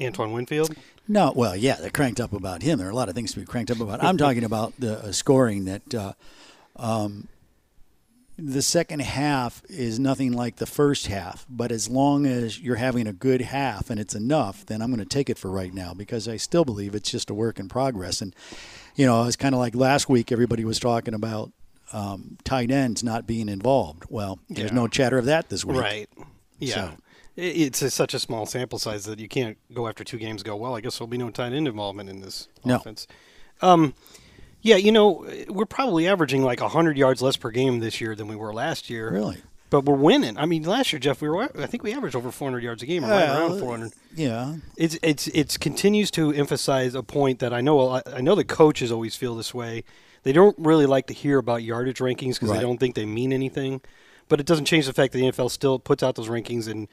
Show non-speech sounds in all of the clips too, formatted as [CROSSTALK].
Antoine Winfield. no well yeah they're cranked up about him. There are a lot of things to be cranked up about. I'm talking about the uh, scoring that. Uh, um, the second half is nothing like the first half, but as long as you're having a good half and it's enough, then I'm going to take it for right now because I still believe it's just a work in progress. And, you know, it's kind of like last week, everybody was talking about um, tight ends not being involved. Well, there's Yeah. no chatter of that this week. Right. Yeah. So- I- It's a, such a small sample size that you can't go after two games. and Go well. I guess there'll be no tight end involvement in this No. offense. Um, yeah, you know, we're probably averaging like hundred yards less per game this year than we were last year. Really? But we're winning. I mean, last year, Jeff, we were. I think we averaged over 400 yards a game, or right around Well, 400. Yeah. It's it's it's continues to emphasize a point that I know I know the coaches always feel this way. They don't really like to hear about yardage rankings because Right. they don't think they mean anything. But it doesn't change the fact that the NFL still puts out those rankings, and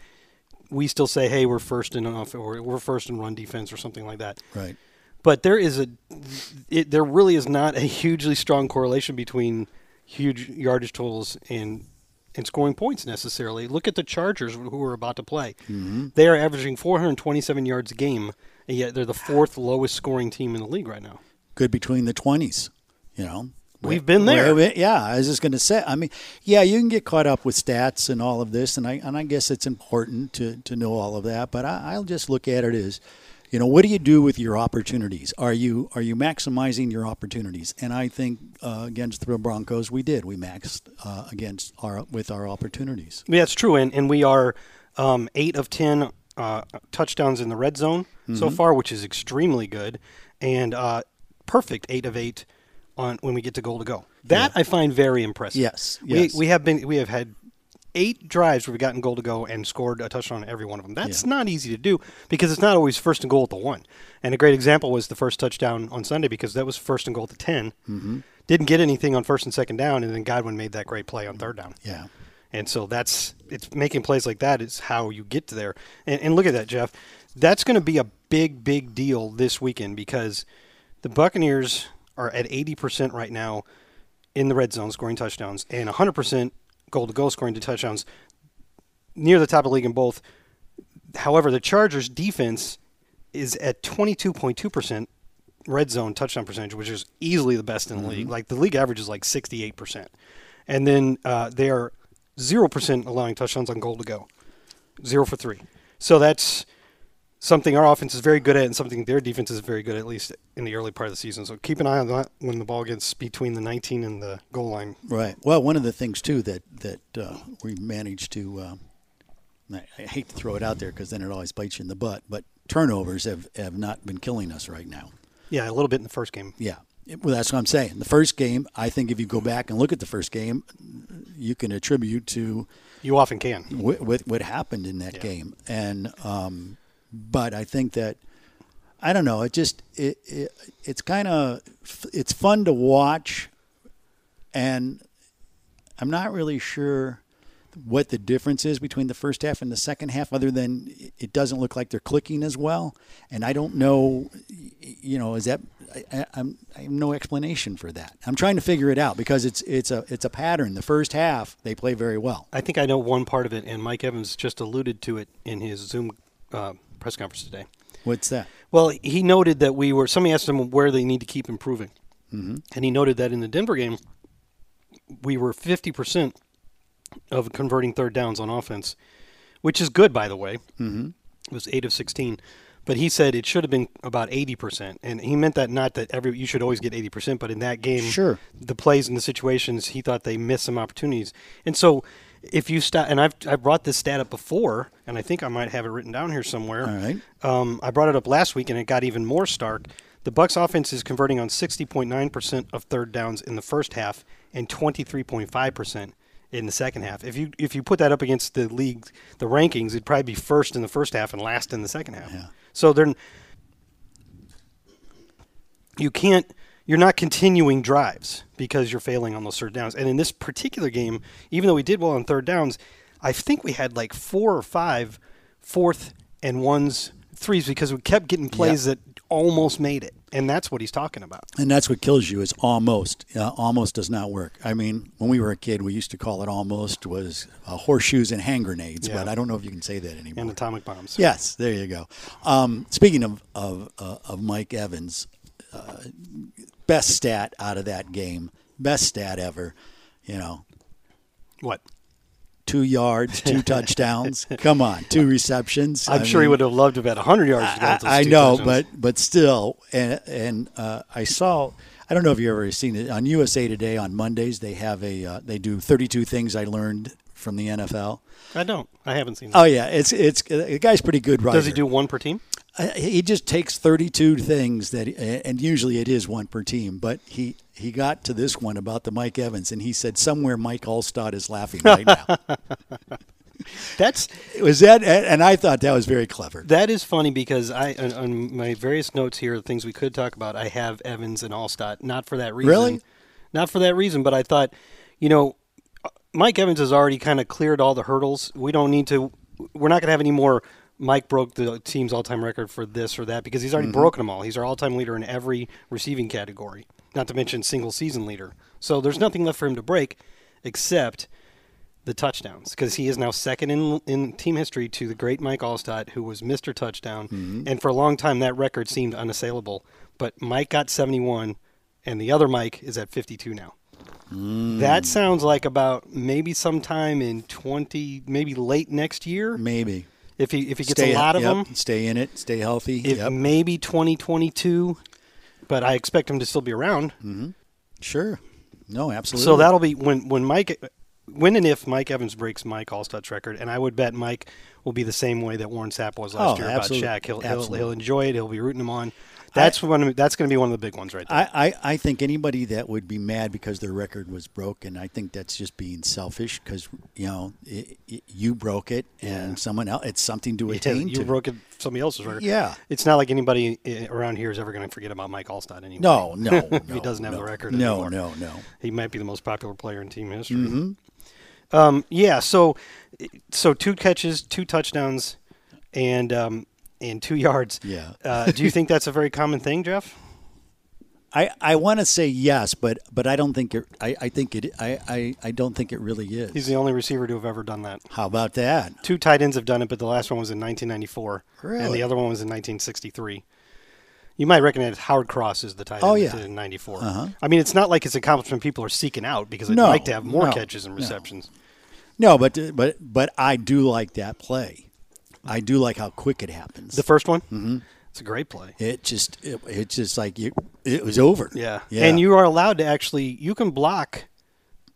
we still say, "Hey, we're first in off, or we're first in run defense, or something like that." Right. But there is a it, there really is not a hugely strong correlation between huge yardage totals and and scoring points necessarily. Look at the Chargers who are about to play. They are averaging 427 yards a game, and yet they're the fourth lowest scoring team in the league right now. good between the 20s, you know. We've been there. Where- yeah, I was just going to say. I mean, yeah, you can get caught up with stats and all of this, and I and I guess it's important to to know all of that. But I, I'll just look at it as, you know, what do you do with your opportunities? Are you are you maximizing your opportunities? And I think uh, against the Broncos, we did. We maxed uh, against our with our opportunities. Yeah, it's true, and and we are um, eight of ten uh, touchdowns in the red zone Mm-hmm. so far, which is extremely good, and uh, perfect eight of eight on when we get to goal to go. That I find very impressive. Yes, we yes. we have been we have had eight drives where we've gotten goal to go and scored a touchdown on every one of them. That's Yeah. not easy to do because it's not always first and goal at the one. And a great example was the first touchdown on Sunday because that was first and goal at the 10 Mm-hmm. Didn't get anything on first and second down, and then Godwin made that great play on third down. Yeah. And so that's it's making plays like that is how you get there. And, and look at that, Jeff. That's going to be a big, big deal this weekend because the Buccaneers are at 80% right now in the red zone scoring touchdowns and 100% goal to goal scoring to touchdowns, near the top of the league in both. However, the Chargers' defense is at 22.2% red zone touchdown percentage, which is easily the best in the league. Like the league average is like 68%. And then uh, they are 0% allowing touchdowns on goal to go, zero for three. So that's something our offense is very good at and something their defense is very good at, at least in the early part of the season. So keep an eye on that when the ball gets between the 19 and the goal line. Right. Well, one of the things too that that uh, we managed to, um, I I hate to throw it out there because then it always bites you in the butt, but turnovers have have not been killing us right now. Yeah, a little bit in the first game. Yeah. It- Well, that's what I'm saying. The first game, I think if you go back and look at the first game, you can attribute to You often can. with, with what happened in that game. And um, but I think that I don't know. It just it, it it's kind of it's fun to watch, and I'm not really sure what the difference is between the first half and the second half other than it doesn't look like they're clicking as well and i don't know you know is that I, I, i'm i have no explanation for that i'm trying to figure it out because it's it's a it's a pattern the first half they play very well I think I know one part of it, and Mike Evans just alluded to it in his Zoom uh, press conference today. what's that Well, he noted that we were. Somebody asked him where they need to keep improving, Mm-hmm. and he noted that in the Denver game, we were fifty percent of converting third downs on offense, which is good, by the way. Mm-hmm. It was eight of sixteen, but he said it should have been about eighty percent, and he meant that not that every you should always get eighty percent, but in that game, Sure. the plays and the situations he thought they missed some opportunities, and so. If you stop, and I've, I brought this stat up before, and I think I might have it written down here somewhere. All right. Um, I brought it up last week, and it got even more stark. The Bucks' offense is converting on 60.9% of third downs in the first half and 23.5% in the second half. If you if you put that up against the league, the rankings, it'd probably be first in the first half and last in the second half. Yeah. So they're you can't you're not continuing drives because you're failing on those third downs. And in this particular game, even though we did well on third downs, I think we had like four or five fourth and ones threes because we kept getting plays that almost made it. And that's what he's talking about. and that's what kills you is almost uh, almost does not work i mean when we were a kid we used to call it almost was uh, horseshoes and hand grenades Yeah. but i don't know if you can say that anymore And atomic bombs. yes there you go um, speaking of of, uh, of mike evans uh, best stat out of that game best stat ever you know What? two [LAUGHS] yards two touchdowns come on two receptions I'm I sure he mean- would have loved to have had 100 yards to go with those I, I two know, touchdowns. but but still, and and uh, I saw. I don't know if you've ever seen it on USA Today on Mondays. They have a uh, they do 32 things I learned from the NFL. I don't. I haven't seen that. Oh yeah, it's it's the guy's pretty good writer. Does he do one per team? Uh, He just takes 32 things that, and usually it is one per team. But he he got to this one about the Mike Evans, and he said somewhere Mike Allstott is laughing right [LAUGHS] now. That's Was that? And I thought that was very clever. That is funny because I on, on my various notes here, the things we could talk about, I have Evans and Allstott. Not for that reason. Really? Not for that reason, but I thought, you know, Mike Evans has already kind of cleared all the hurdles. We don't need to. We're not going to have any more. Mike broke the team's all-time record for this or that because he's already broken them all. He's our all-time leader in every receiving category, not to mention single-season leader. So there's nothing left for him to break, except the touchdowns because he is now second in in team history to the great Mike Allstott, who was Mister Touchdown, Mm-hmm. and for a long time that record seemed unassailable. But Mike got 71, and the other Mike is at 52 now. Mm. That sounds like about maybe sometime in 20, maybe late next year, Maybe if he if he gets a Stay- lot of yep, them, Stay in it. Stay healthy. if yep. maybe 2022. But I expect him to still be around. Sure. No, absolutely. So that'll be when when Mike, when and if Mike Evans breaks Mike Allstott's record, and I would bet Mike will be the same way that Warren Sapp was last Oh, year absolute- about Shaq. He'll, he'll absolute. he'll enjoy it. He'll be rooting him on. That's one. of- That's going to be one of the big ones right there. I, I, I think anybody that would be mad because their record was broken, I think that's just being selfish because you know it, it, you broke it and someone else. It's something to Yeah, attain you to. broke somebody else's record. Yeah. it's not like anybody i- around here is ever going to forget about Mike Allstott anyway. no, no, [LAUGHS] no he doesn't have no, the record. No, anymore. no, no. He might be the most popular player in team history. Mm-hmm. Um, yeah, so so two catches, two touchdowns, and um, and two yards. Yeah. Uh, do you think that's a very common thing, Jeff? I, I want to say yes, but but I don't think it. I, I think it. I, I, I don't think it really is. He's the only receiver to have ever done that. How about that? Two tight ends have done it, but the last one was in 1994, and Really? the other one was in 1963. You might recognize Howard Cross is the tight end Oh, that yeah. did it in 94. I mean, it's not like it's an accomplishment people are seeking out because they'd No, like to have more no, catches and no. receptions. No, but but but I do like that play. I do like how quick it happens. The first one, mm-hmm. it's a great play. it just it, it's just like you. It was over. Yeah. yeah. And you are allowed to actually you can block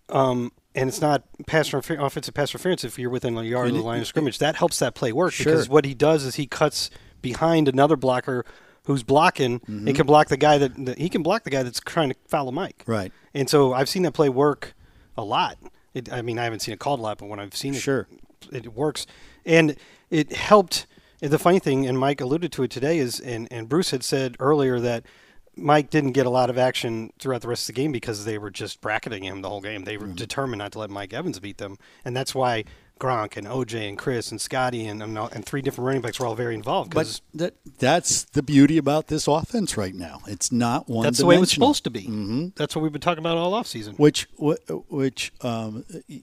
um and it's not pass interfer- offensive pass interference if you're within a yard of the line of scrimmage. That helps that play work because Sure. what he does is he cuts behind another blocker who's blocking Mm-hmm. and can block the guy that, that he can block the guy that's trying to foul a mic. Right. And so I've seen that play work a lot. It, I mean, I haven't seen it called a lot, but when I've seen it, Sure. it works. And it helped. and The funny thing, and Mike alluded to it today, is and, and Bruce had said earlier that Mike didn't get a lot of action throughout the rest of the game because they were just bracketing him the whole game. They were Mm-hmm. determined not to let Mike Evans beat them, and that's why Gronk and OJ and Chris and Scotty and and, all- and three different running backs were all very involved But because that that's the beauty about this offense right now. It's not one. that's the way it was dimensional. supposed to be. Mm-hmm. That's what we've been talking about all offseason. Which wh- which um, y-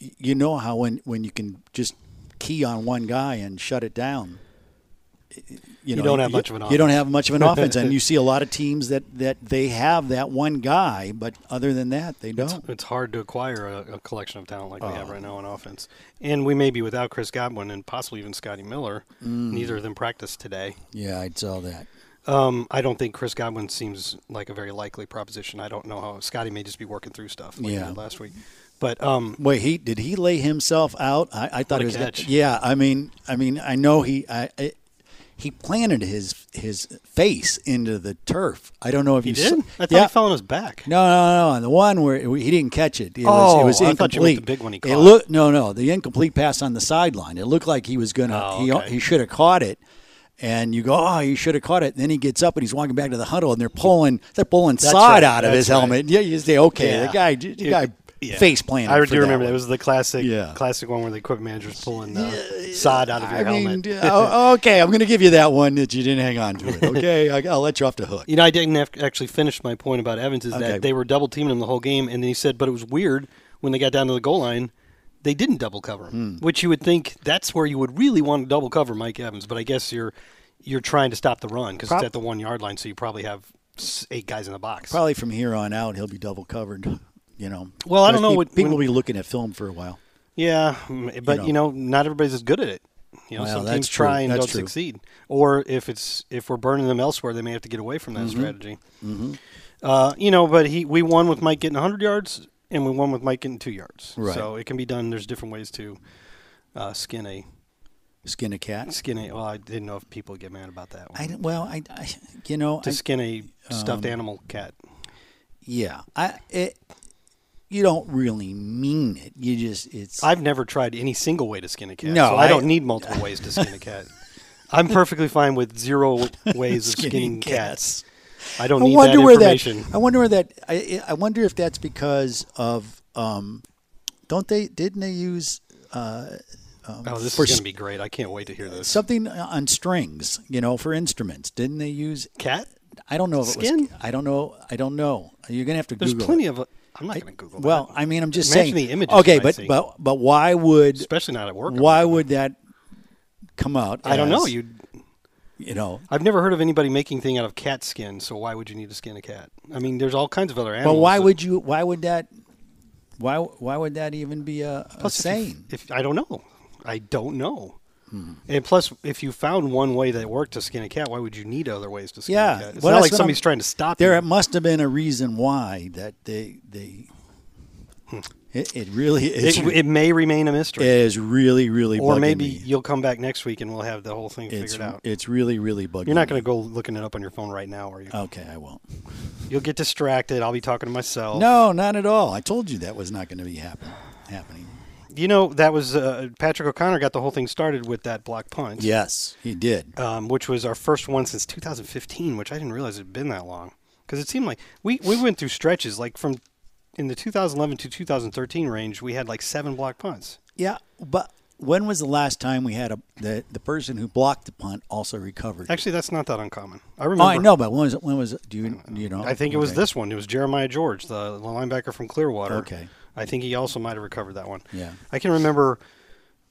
y- you know how when when you can just key on one guy and shut it down. You, know, don't have much of an You don't offense. have much of an offense, [LAUGHS] and you see a lot of teams that, that they have that one guy, but other than that, they don't. It's hard to acquire a, a collection of talent like we Oh. have right now on offense. And we may be without Chris Godwin and possibly even Scotty Miller. Mm. Neither of them practiced today. Yeah, I saw that. Um, I don't think Chris Godwin seems like a very likely proposition. I don't know how Scotty may just be working through stuff like he Yeah. did last week. But um, Wait, he did he lay himself out? I, I What thought a it was. catch. Yeah, I mean, I mean, I know he, I, I, he planted his his face into the turf. I don't know if he you did? saw- I thought yeah. he fell on his back. No, no, no, no. The one where it- he didn't catch it. It was, Oh, it was I incomplete. thought you meant the big one he It caught. looked no, no. The incomplete pass on the sideline. It looked like he was gonna. Oh, he, okay. he should have caught it. And you go, oh, he should have caught it. And then he gets up and he's walking back to the huddle, and they're pulling, they're pulling sod right, out of that's his right. helmet. Yeah, you say, okay, the Yeah. guy, the guy, Yeah. face planted. I for do remember that. one. It was the classic, Yeah. classic one where the equipment manager's pulling uh, sod out of your I helmet. mean, [LAUGHS] yeah, oh, okay, I'm going to give you that one that you didn't hang on to it. Okay, I, I'll let you off the hook. You know, I didn't have actually finish my point about Evans is Okay. that they were double teaming him the whole game, and then he said, but it was weird when they got down to the goal line, they didn't double cover him, Hmm. which you would think that's where you would really want to double cover Mike Evans, but I guess you're you're trying to stop the run because it's at the one yard line, so you probably have s- eight guys in the box. Probably from here on out, he'll be double covered. You know. Well, I don't know Pe- what- people will when- be looking at film for a while. Yeah, mm, but know. you know, not everybody's as good at it. You know, Well, some that's teams true. try and That's don't true. succeed. Or if it's if we're burning them elsewhere, they may have to get away Mm-hmm. from that strategy. Uh, you know, but he we won with Mike getting 100 yards, and we won with Mike getting two yards. Right. So it can be done. There's different ways to uh, skin a Skin a cat. skin a. Well, I didn't know if people would get mad about that. One. I well, I, I you know, to I, Um, skin a stuffed animal cat. yeah, I it. You don't really mean it. You just it's. I've never tried any single way to skin a cat. No, so I, I- don't need multiple ways to skin a cat. I'm perfectly fine with zero ways of skinning Skinning cats. cats. I don't I need wonder that where information. that. I wonder where that. I I wonder if that's because of. um Don't they? Didn't they use oh, this for is s- going to be great. I can't wait to hear this. something on strings? You know, for instruments. Didn't they use Cat? I don't know if it Skin? was. I don't know. I don't know. You're gonna have to There's Google. plenty it. of. I'm not going to Google that. Well, I mean, I'm just Imagine saying. the images you okay, might but see. but but why would especially not at work. why would that come out? I don't know. as, You, you know. I've never heard of anybody making thing out of cat skin. So why would you need to skin a cat? I mean, there's all kinds of other animals. But why that- would you? Why would that? Why why would that even be a, a Plus, if you- saying? If, I don't know, I don't know. Hmm. And plus, if you found one way that worked to skin a cat, why would you need other ways to skin Yeah. a cat? It's Well, not that's like what somebody's I'm- trying to stop There you. must have been a reason why that they they. It, it really is. Hmm. It, it may remain a mystery, is really really. or bugging maybe me. you'll come back next week and we'll have the whole thing it's figured out. it's really really bugging. You're not me. going to go looking it up on your phone right now, are you? Okay, I won't. You'll get distracted. I'll be talking to myself. No, not at all. I told you that was not going to be happen, happening. You know that was uh, Patrick O'Connor got the whole thing started with that block punt. Yes, he did. um, which was our first one since 2015, which I didn't realize it had been that long. Because it seemed like we, we went through stretches like from in the 2011 to 2013 range, we had like seven block punts. Yeah, but when was the last time we had a the, the person who blocked the punt also recovered? Actually, that's not that uncommon. I remember. oh, I know, but when was it, when was it, do you do you know? I think it was Okay. this one. It was Jeremiah George, the linebacker from Clearwater. Okay. I think he also might have recovered that one. Yeah. I can remember.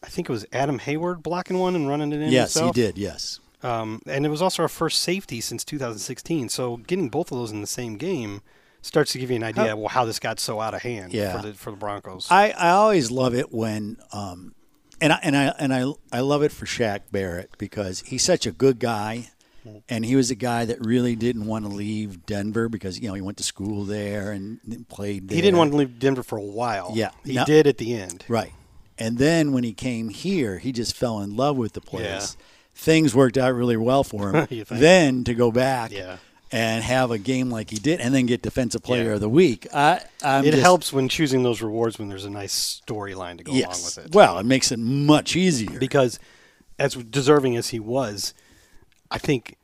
I think it was Adam Hayward blocking one and running it in. Yes, himself. he did. Yes, Um, and it was also our first safety since 2016. So getting both of those in the same game starts to give you an idea well how this got so out of hand Yeah. for the for the Broncos. I, I always love it when um, and I, and I and I I love it for Shaq Barrett because he's such a good guy, and he was a guy that really didn't want to leave Denver because you know he went to school there and then played. There. he didn't want to leave Denver for a while. Yeah. he No. did at the end. Right. And then when he came here, he just fell in love with the place. Things worked out really well for him. [LAUGHS] You think? then to go back Yeah. and have a game like he did and then get defensive player of the week. I I'm it just- helps when choosing those rewards when there's a nice storyline to go along Yes. with it. Well, it makes it much easier. because as deserving as he was, I think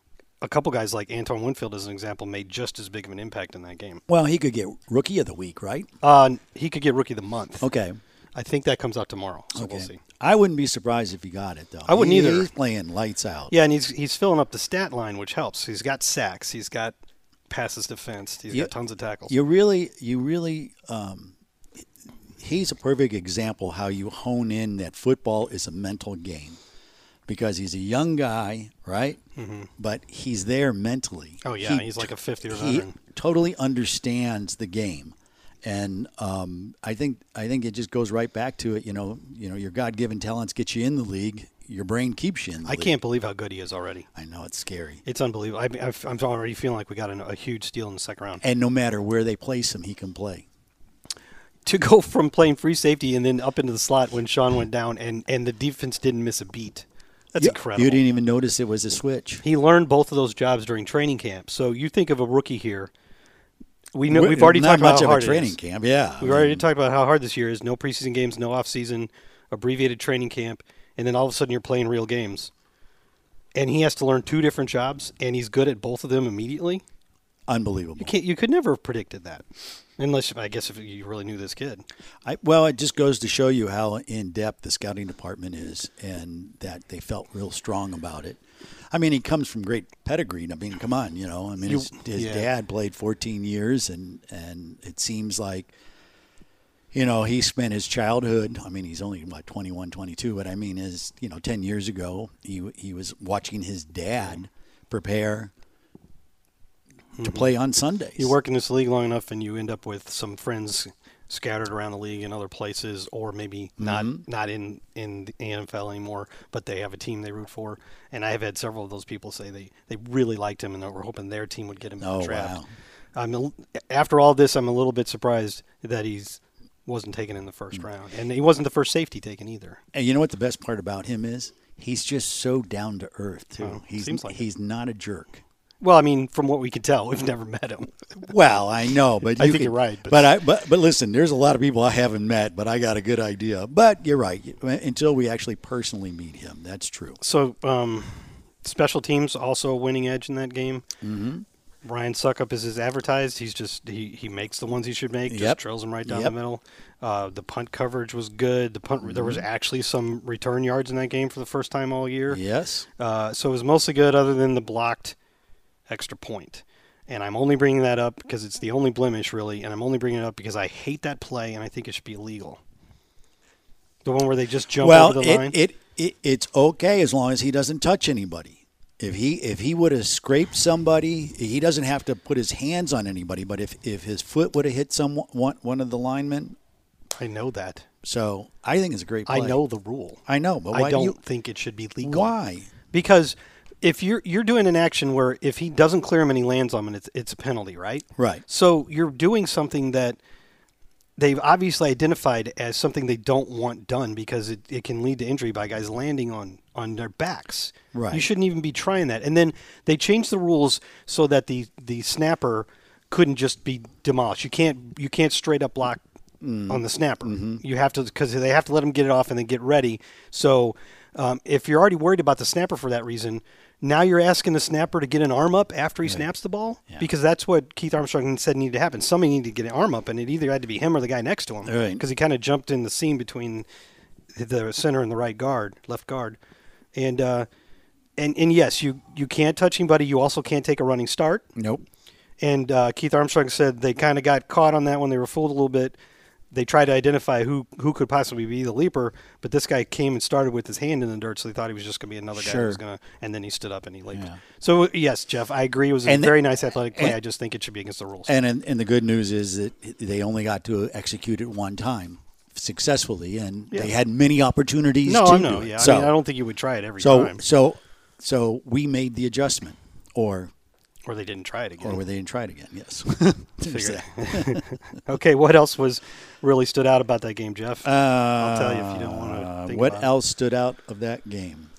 a couple guys like Anton Winfield, as an example, made just as big of an impact in that game. well, he could get rookie of the week, right? Uh, he could get rookie of the month. Okay. I think that comes out tomorrow, so okay. we'll see. I wouldn't be surprised if he got it though. I wouldn't He- either. He's playing lights out. Yeah, and he's he's filling up the stat line, which helps. He's got sacks, he's got passes defense, he's You- got tons of tackles. You really, you really, um, he's a perfect example how you hone in that football is a mental game because he's a young guy, right? But he's there mentally. Mm-hmm. Oh, yeah, he's like a fifth year he veteran. totally understands the game. And um, I think I think it just goes right back to it. You know, you know, your God given talents get you in the league. Your brain keeps you in. The I league. can't believe how good he is already. I know it's scary. It's unbelievable. I, I've- I'm already feeling like we got an, a huge steal in the second round. And no matter where they place him, he can play. to go from playing free safety and then up into the slot when Sean went down and, and the defense didn't miss a beat. That's You- incredible. You didn't e- even notice it was a switch. he learned both of those jobs during training camp. So you think of a rookie here. We know We're- we've already not talked much about of how hard a it training is. camp. Yeah, We've already talked about how hard this year is. No preseason games, no offseason, abbreviated training camp, and then all of a sudden you're playing real games. And he has to learn two different jobs, and he's good at both of them immediately. unbelievable. You can't. You could never have predicted that, unless I guess if you really knew this kid. I, well, it just goes to show you how in depth the scouting department is, and that they felt real strong about it. I mean, he comes from great pedigree. I mean, come on, you know. I mean, his, his yeah. dad played 14 years, and and it seems like, you know, he spent his childhood. I mean, he's only what 21, 22, but I mean, is you know, 10 years ago, he he was watching his dad prepare to play on Sundays. Mm-hmm. You work in this league long enough, and you end up with some friends scattered around the league in other places, or maybe not Mm-hmm. not in in the NFL anymore, but they have a team they root for. And I have had several of those people say they they really liked him and they were hoping their team would get him in Oh, the draft. wow. I'm a, after all this, I'm a little bit surprised that he's wasn't taken in the Mm. first round, and he wasn't the first safety taken either. And you know what the best part about him is? He's just so down to earth too. he's Oh, seems like it. he's not a jerk. Well, I mean, from what we could tell, we've [LAUGHS] never met him. Well, I know, but I you think could- you're right, but- But I but but listen, there's a lot of people I haven't met, but I got a good idea. But you're right. uh, Until we actually personally meet him, that's true. So, um, special teams also a winning edge in that game. Mm-hmm. Ryan Suckup is as advertised. He's just he, he makes the ones he should make. Just Yep. drills them right down Yep. the middle. Uh, the punt coverage was good. The punt there was Mm-hmm. actually some return yards in that game for the first time all year. Yes. Uh, so it was mostly good, other than the blocked extra point. And I'm only bringing that up because it's the only blemish, really. And I'm only bringing it up because I hate that play and I think it should be illegal. The one where they just jump well, over the line. it, it it it's okay as long as he doesn't touch anybody. If he if he would have scraped somebody, he doesn't have to put his hands on anybody. But if if his foot would have hit someone one, one of the linemen, I know that. so I think it's a great. Play. I know the rule. I know, but why I do don't you- think it should be legal. Why? Because if you're you're doing an action where if he doesn't clear him and he lands on him, it's it's a penalty, right? Right. So you're doing something that they've obviously identified as something they don't want done because it, it can lead to injury by guys landing on on their backs. Right. You shouldn't even be trying that. And then they changed the rules so that the the snapper couldn't just be demolished. You can't you can't straight up block on the snapper. You have to because they have to let him get it off and then get ready. So um, if you're already worried about the snapper for that reason. Now you're asking the snapper to get an arm up after he snaps the ball because that's what Keith Armstrong said needed to happen. Somebody needed to get an arm up, and it either had to be him or the guy next to him Right. because he kind of jumped in the seam between the center and the right guard, left guard, and uh, and and yes, you you can't touch anybody. You also can't take a running start. Nope. And uh, Keith Armstrong said they kind of got caught on that one. They were fooled a little bit. They tried to identify who who could possibly be the leaper, but this guy came and started with his hand in the dirt, so they thought he was just going to be another guy. Who Sure. was gonna, and then he stood up and he leaped. So yes, Jeff, I agree. It was a And the- very nice athletic play. I just think it should be against the rules. And, and and the good news is that they only got to execute it one time successfully, and they had many opportunities. no, to I do know. it. Yeah, so, I mean, I don't think you would try it every so time, so so we made the adjustment, or or they didn't try it again. or were they in try it again? Yes. [LAUGHS] [LAUGHS] There's Figure it that. Okay, what else was really stood out about that game, Jeff? I'll tell you if you don't want to. Uh, Think what about it. else stood out of that game?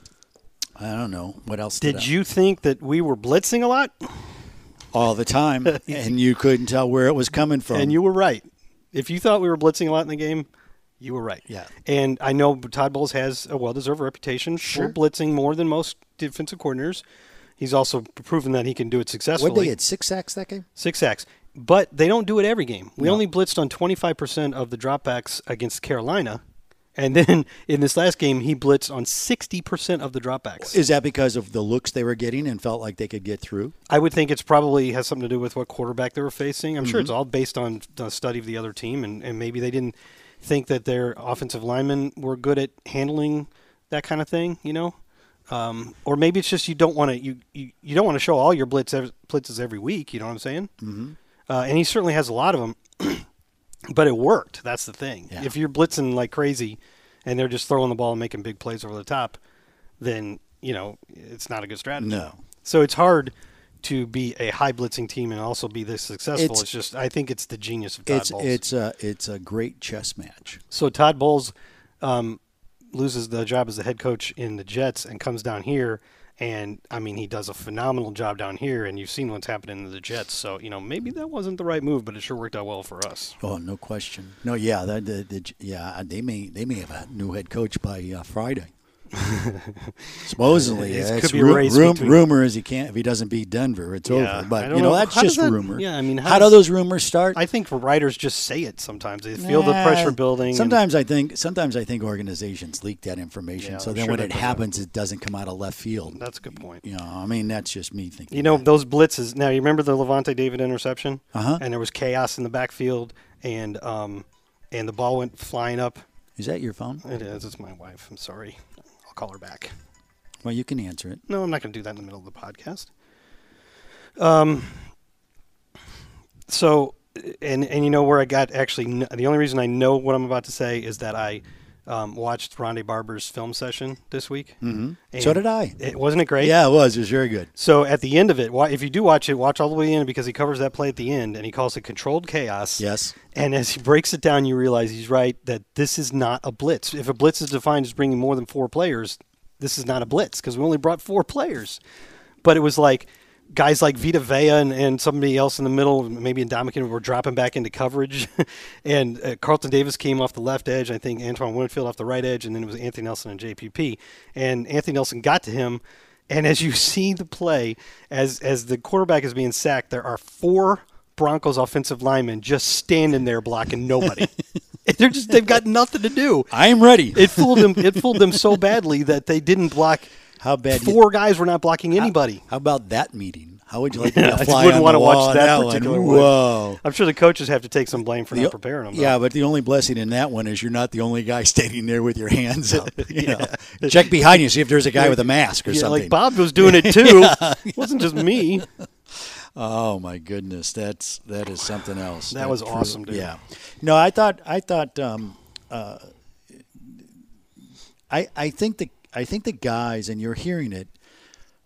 I don't know. What else stood Did out? you think that we were blitzing a lot? all [LAUGHS] the time, and you couldn't tell where it was coming from? and you were right. If you thought we were blitzing a lot in the game, you were right. Yeah. And I know Todd Bowles has a well-deserved reputation for blitzing more than most defensive coordinators. He's also proven that he can do it successfully. what they had six sacks that game? Six sacks. But they don't do it every game. We only blitzed on 25% of the dropbacks against Carolina. And then [LAUGHS] in this last game, he blitzed on 60% of the dropbacks. Is that because of the looks they were getting and felt like they could get through? I would think it's probably has something to do with what quarterback they were facing. I'm Mm-hmm. sure it's all based on the study of the other team, and, and maybe they didn't think that their offensive linemen were good at handling that kind of thing, you know. Um, or maybe it's just you don't want to you, you, you don't want to show all your blitz ev- blitzes every week. You know what I'm saying? Mm-hmm. Uh, and he certainly has a lot of them, [CLEARS THROAT] but it worked. That's the thing. Yeah. If you're blitzing like crazy, and they're just throwing the ball and making big plays over the top, then you know it's not a good strategy. No. So it's hard to be a high blitzing team and also be this successful. It's, It's- just I think it's the genius of Todd it's Bowles. it's a it's a great chess match. so Todd Bowles um, loses the job as the head coach in the Jets and comes down here. And I mean, he does a phenomenal job down here, and you've seen what's happening to the Jets. So you know, maybe that wasn't the right move, but it sure worked out well for us. Oh, no question. No, yeah, that, the, the, yeah, uh, they may they may have a new head coach by [LAUGHS] uh, Friday. Supposedly, It yeah, could it's be a ru- race rum- between- rumor is he can't if he doesn't beat Denver, it's Yeah, over. I But don't you know, know. that's How does just that- rumor. yeah, I mean, how how, do does- those rumors start? I think writers just say it sometimes. They feel the Nah, pressure building. and- Sometimes I think sometimes I think organizations leak that information. Yeah, so I'm then sure when that it does happens, it doesn't come out of left field. that's a good point. You know, I mean, that's just me thinking. You know those blitzes. Now you remember the Levante David interception, Uh-huh. and there was chaos in the backfield, and um, and the ball went flying up. is that your phone? It is. It's my wife. I'm sorry. I'll call her back. Well, you can answer it. No, I'm not going to do that in the middle of the podcast. Um. So, and and you know where I got actually kn- the only reason I know what I'm about to say is that I um, watched Rondé Barber's film session this week. Mm-hmm. So did I. It wasn't it great? Yeah, it was. It was very good. So at the end of it, wa- if you do watch it, watch all the way to the end because he covers that play at the end and he calls it controlled chaos. Yes. And as he breaks it down, you realize he's right that this is not a blitz. If a blitz is defined as bringing more than four players, this is not a blitz because we only brought four players. But it was like guys like Vita Vea and, and somebody else in the middle, maybe Indomitian, were dropping back into coverage. [LAUGHS] and uh, Carlton Davis came off the left edge. I think Antoine Winfield off the right edge. And then it was Anthony Nelson and JPP. And Anthony Nelson got to him. And as you [LAUGHS] see the play, as as the quarterback is being sacked, there are four Broncos offensive linemen just standing there blocking [LAUGHS] nobody. [LAUGHS] They're just they've got nothing to do. I am ready. It fooled them. It fooled them so badly that they didn't block. How bad you- Four guys were not blocking anybody. How about that meeting? How would you [LAUGHS] like to be a I fly wouldn't on want the to wall watch on that, that one? particular one. Whoa. I'm sure the coaches have to take some blame for The- not preparing them. though. yeah, but the only blessing in that one is you're not the only guy [LAUGHS] standing there with your hands up. [LAUGHS] You [LAUGHS] know, check behind you, see if there's a guy with a mask or Yeah, something. like Bob was doing [LAUGHS] it too. It wasn't just me. Oh my goodness, that's that is something else. That was awesome, dude. Yeah, no, I thought I thought um, uh, I I think the I think the guys and you're hearing it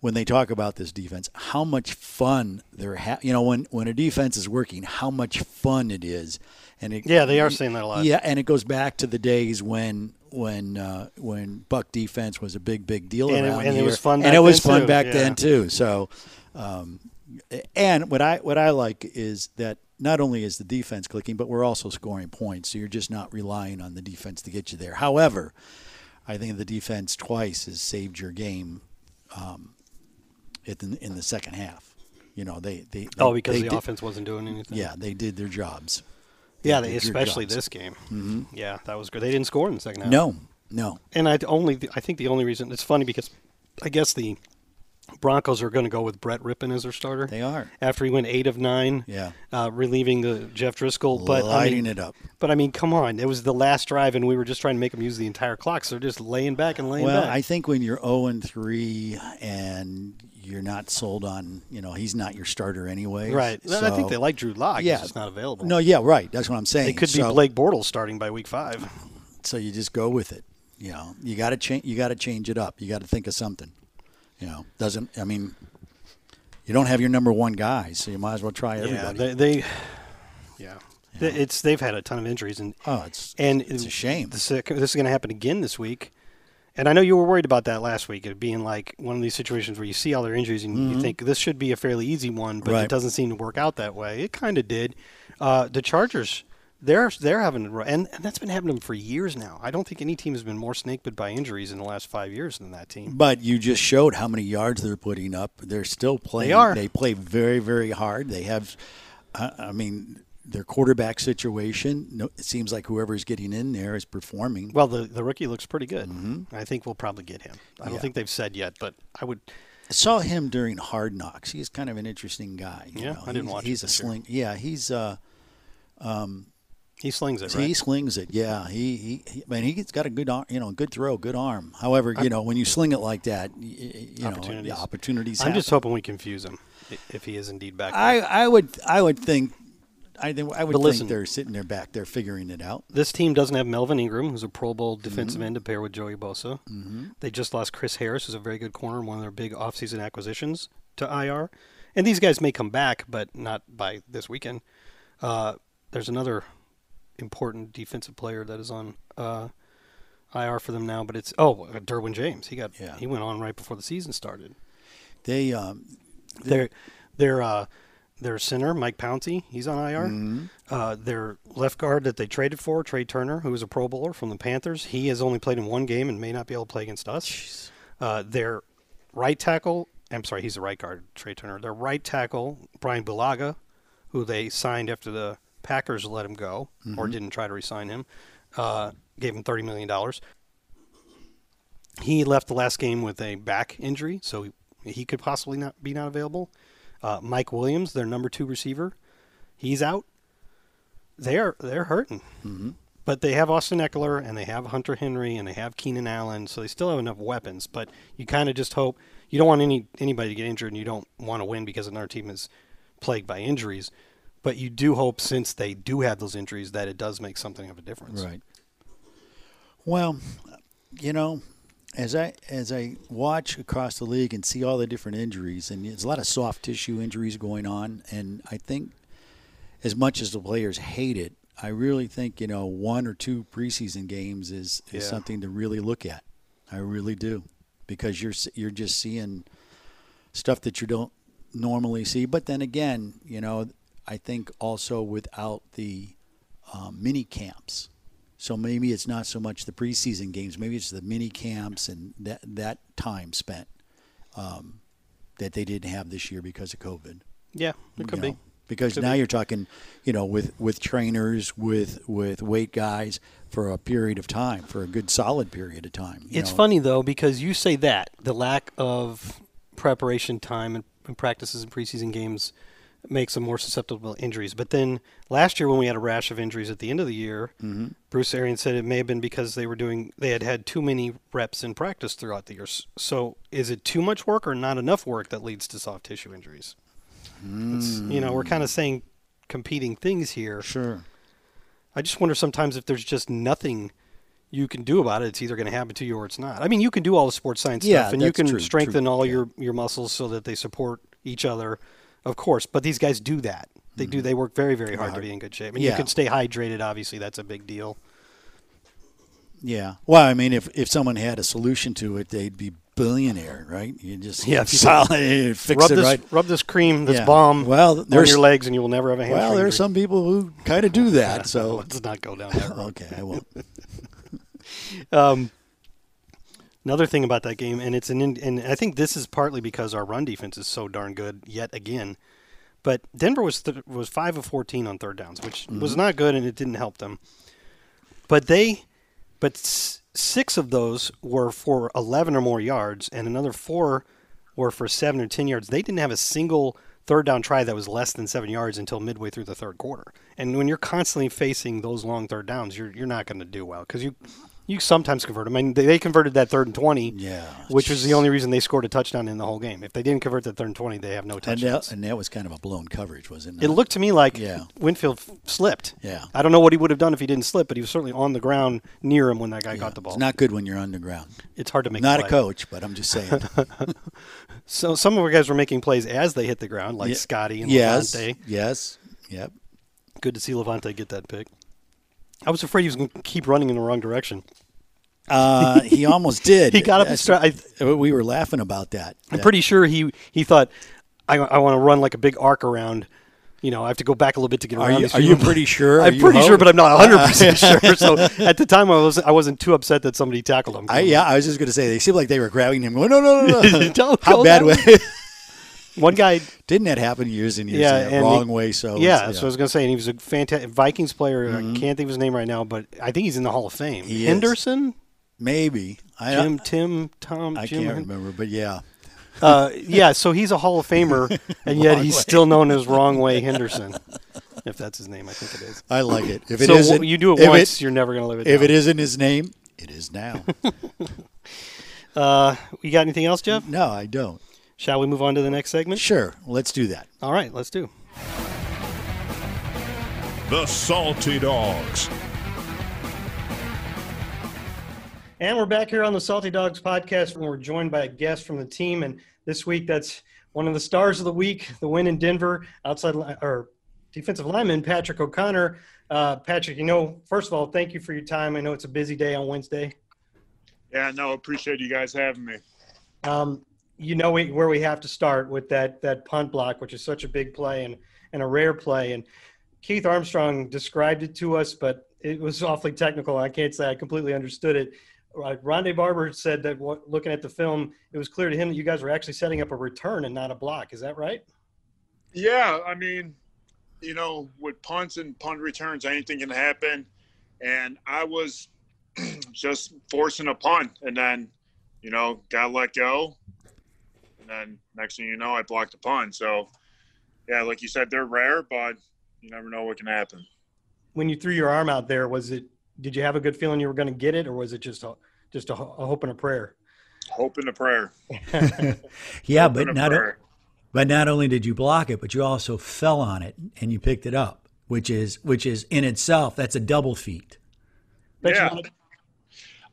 when they talk about this defense, how much fun they're ha- you know when when a defense is working, how much fun it is, and it, Yeah, they are saying that a lot. yeah, and it goes back to the days when when uh, when buck defense was a big big deal And it- around and it here. was fun and back it was then, fun too. back Yeah. then too. So, um, and what I what I like is that not only is the defense clicking, but we're also scoring points. So you're just not relying on the defense to get you there. However, I think the defense twice has saved your game um, at the, in the second half. You know they they, Oh, because they the did- offense wasn't doing anything. yeah they did their jobs. yeah, they, did your especially jobs. this game. Yeah, that was good. They didn't score in the second half. Mm-hmm. No, No. And I only I think the only reason it's funny because I guess the Broncos are going to go with Brett Rippon as their starter. They are. after he went eight of nine. Yeah. uh, relieving the Jeff Driscoll, but I Lighting mean, it up. But I mean, come on, it was the last drive, and we were just trying to make them use the entire clock, so they're just laying back and laying Well, back. I think when you're 0 and 3 and you're not sold on, you know, he's not your starter anyway. right, and I think they so- like Drew Lock. Yeah. he's just not available. No, yeah, right. That's what I'm saying. it could So- be Blake Bortles starting by week five. so you just go with it. You know, you got to change. You got to change it up. You got to think of something. You know, doesn't. I mean, you don't have your number one guy, so you might as well try everybody. Yeah, they, they yeah. They- It's they've had a ton of injuries and oh, it's and it's a shame. This, uh, this is going to happen again this week. And I know you were worried about that last week, it being like one of these situations where you see all their injuries and you think this should be a fairly easy one, but Mm-hmm. Right. it doesn't seem to work out that way. It kind of did. Uh, the Chargers, they're they're having a ru- and, and that's been happening for years now. I don't think any team has been more snake bit by injuries in the last five years than that team. But you just showed how many yards they're putting up. They're still playing. are. They play very, very hard. They have, I, I mean, their quarterback situation. No, it seems like whoever's getting in there is performing. Well, the, the rookie looks pretty good. Mm-hmm. I think we'll probably get him. I don't think they've said yet, but I would. I saw him during Hard Knocks. He's kind of an interesting guy. you Yeah, know. I didn't he's, watch it He's a this year. sling. Yeah, he's. uh He slings it, So right? He slings it. Yeah, he he. he I mean, he's got a good arm. You know, good throw, good arm. However, you know, when you sling it like that, y- y- you know, Opportunities. the opportunities. I'm just happen. Ah. hoping we confuse him i- if he is indeed back. I I would I would think. I think I would But think listen- they're sitting there back there figuring it out. This team doesn't have Melvin Ingram, who's a Pro Bowl Mm-hmm. defensive end to pair with Joey Bosa. They just lost Chris Harris, who's a very good corner, and one of their big offseason acquisitions to IR. And these guys may come back, but not by this weekend. Uh, there's another important defensive player that is on uh, IR for them now, but it's oh uh, Derwin James. He got Yeah. he went on right before the season started. They um, Their their uh, their center Mike Pouncey, he's on IR. Uh, their left guard that they traded for, Trey Turner, who was a Pro Bowler from the Panthers, he has only played in one game and may not be able to play against us. Uh, their right tackle, I'm sorry, he's the right guard, Trey Turner. Their right tackle Brian Bulaga, who they signed after the Packers let him go or didn't try to re-sign him, uh, gave him thirty million dollars he left the last game with a back injury, so he, he could possibly not be not available. Uh, Mike Williams, their number two receiver, he's out. They're they're hurting, mm-hmm. but they have Austin Eckler and they have Hunter Henry and they have Keenan Allen, so they still have enough weapons. But you kind of just hope you don't want any anybody to get injured, and you don't want to win because another team is plagued by injuries. But you do hope, since they do have those injuries, that it does make something of a difference. Right. Well, you know, as I as I watch across the league and see all the different injuries, and there's a lot of soft tissue injuries going on, and I think as much as the players hate it, I really think you know one or two preseason games is, is Yeah. something to really look at. I really do, because you're s- you're just seeing stuff that you don't normally see. But then again, you know, I think also without the um, mini camps, so maybe it's not so much the preseason games. Maybe it's the mini camps and that that time spent um, that they didn't have this year because of COVID. Yeah, it could you know, be. Because Could now be. you're talking, you know, with with trainers, with with weight guys for a period of time, for a good solid period of time. you It's know. funny though because you say that the lack of preparation time and, and practices in preseason games makes them more susceptible to injuries. But then last year when we had a rash of injuries at the end of the year, Mm-hmm. Bruce Arian said it may have been because they were doing they had had too many reps in practice throughout the year. S- So is it too much work or not enough work that leads to soft tissue injuries? It's, you know, Mm. we're kind of saying competing things here. Sure. I just wonder sometimes if there's just nothing you can do about it. It's either going to happen to you or it's not. I mean, you can do all the sports science Yeah, stuff, and you that's can true, strengthen true, all your your muscles so that they support each other, of course. But these guys do that. They do. They work very very hard to be in good shape, and Mm-hmm. Uh-huh. Yeah. you can stay hydrated. Obviously, that's a big deal. Yeah. Well, I mean, if if someone had a solution to it, they'd be billionaire, right? You just Yeah, if you [LAUGHS] solid, fix Rub it this right. rub this cream, this Yeah. balm, Well, on there's- your legs, and you will never have a hamstring. Well, there's injury. some people who kind of do that. [LAUGHS] So Let's not go down [LAUGHS] that road. okay, I [LAUGHS] won't. Another thing about that game, and it's an, in- and I think this is partly because our run defense is so darn good yet again. But Denver was th- was five of fourteen Mm-hmm. on third downs, which was not good, and it didn't help them. But they, but s- six of those were for 11 or more yards, and another four were for seven or 10 yards. They didn't have a single third down try that was less than seven yards until midway through the third quarter. And when you're constantly facing those long third downs, you're, you're not going to do well because you. You sometimes convert them. I mean, they, they converted that third and twenty, Yeah, which was the only reason they scored a touchdown in the whole game. If they didn't convert that third and twenty, they have no And touchdowns. that, and that was kind of a blown coverage, was it? Not? It looked to me like Yeah. Winfield f- slipped. Yeah. I don't know what he would have done if he didn't slip, but he was certainly on the ground near him when that guy got the ball. It's not good when you're underground. It's hard to make. Not a play. coach, but I'm [LAUGHS] just saying. So some of our guys were making plays as they hit the ground, like Yeah. Scotty and yes, Levante. yes, yep. Good to see Levante get that pick. I was afraid he was going to keep running in the wrong direction. Uh, he almost did. [LAUGHS] He got up and That's- Uh, stri- We were laughing about that. I'm pretty sure he he thought, I, I want to run like a big arc around. You know, I have to go back a little bit to get Are around. you- these are you people." pretty sure? [LAUGHS] Are I'm you pretty sure, hoping? but I'm not 100 percent sure. So [LAUGHS] at the time, I was I wasn't too upset that somebody tackled him. I, yeah, I was just going to say they seemed like they were grabbing him. Going, no, no, no, no. [LAUGHS] Don't How go bad that way? [LAUGHS] One guy Didn't that happen years and years? Yeah, ago? and wrong he- way. So Mm-hmm. Yeah, so I was gonna say, and he was a fantastic Vikings player. I can't think of his name right now, but I think he's in the Hall of Fame. He is. Henderson, maybe I Jim, Tim, Tom. I Jim, can't remember, but yeah, Uh, yeah, so he's a [LAUGHS] Hall of Famer, and yet he's still known as Wrong Way Henderson, if that's his name. I think it is. I like it. If it so not you do it if once, you're never gonna live it. if down. it isn't his name, it [LAUGHS] is now. uh, you got anything else, Jeff? no, I don't. Shall we move on to the next segment? Sure, let's do that. All right, let's do. The Salty Dogs. And we're back here on the Salty Dogs podcast, and we're joined by a guest from the team. And this week, that's one of the stars of the week, the win in Denver, outside li- or defensive lineman Patrick O'Connor. Uh, Patrick, you know, first of all, thank you for your time. I know it's a busy day on Wednesday. Yeah, no, appreciate you guys having me. Um, you know we, where we have to start with that that punt block, which is such a big play and and a rare play. And Keith Armstrong described it to us, but it was [LAUGHS] awfully technical. I can't say I completely understood it. Uh, Rondé Barber said that what, looking at the film, it was clear to him that you guys were actually setting up a return and not a block. Is that right? Yeah, I mean, you know, with punts and punt returns, anything can happen. And I was [CLEARS THROAT] just forcing a punt and then, you know, got let go. And then next thing you know, I blocked a punt. So, yeah, like you said, they're rare, but you never know what can happen. When you threw your arm out there, was it? Did you have a good feeling you were going to get it, or was it just a just a, ho- a hope and a prayer? Hope and a prayer. Yeah, Hope and but a not o- prayer. but not only did you block it, but you also fell on it and you picked it up, which is which is in itself that's a double feat. Bet you Yeah. not-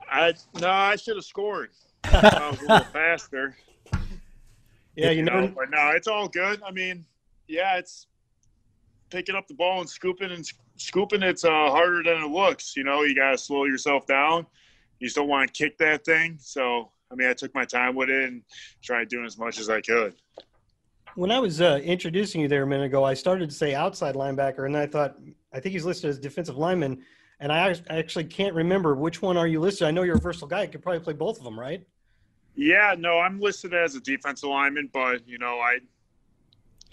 I no, I should have scored. I was a little faster. yeah. You you never, know, but no, it's all good. I mean, yeah, it's picking up the ball and scooping and sc- scooping. It's uh, harder than it looks. You know, you gotta slow yourself down. You just don't want to kick that thing. So, I mean, I took my time with it and tried doing as much as I could. When I was uh, introducing you there a minute ago, I started to say outside linebacker, and then I thought, I think he's listed as defensive lineman, and I act- I actually can't remember which one are you listed. I know you're a versatile guy; you could probably play both of them, right? Yeah, no, I'm listed as a defensive lineman, but you know, I,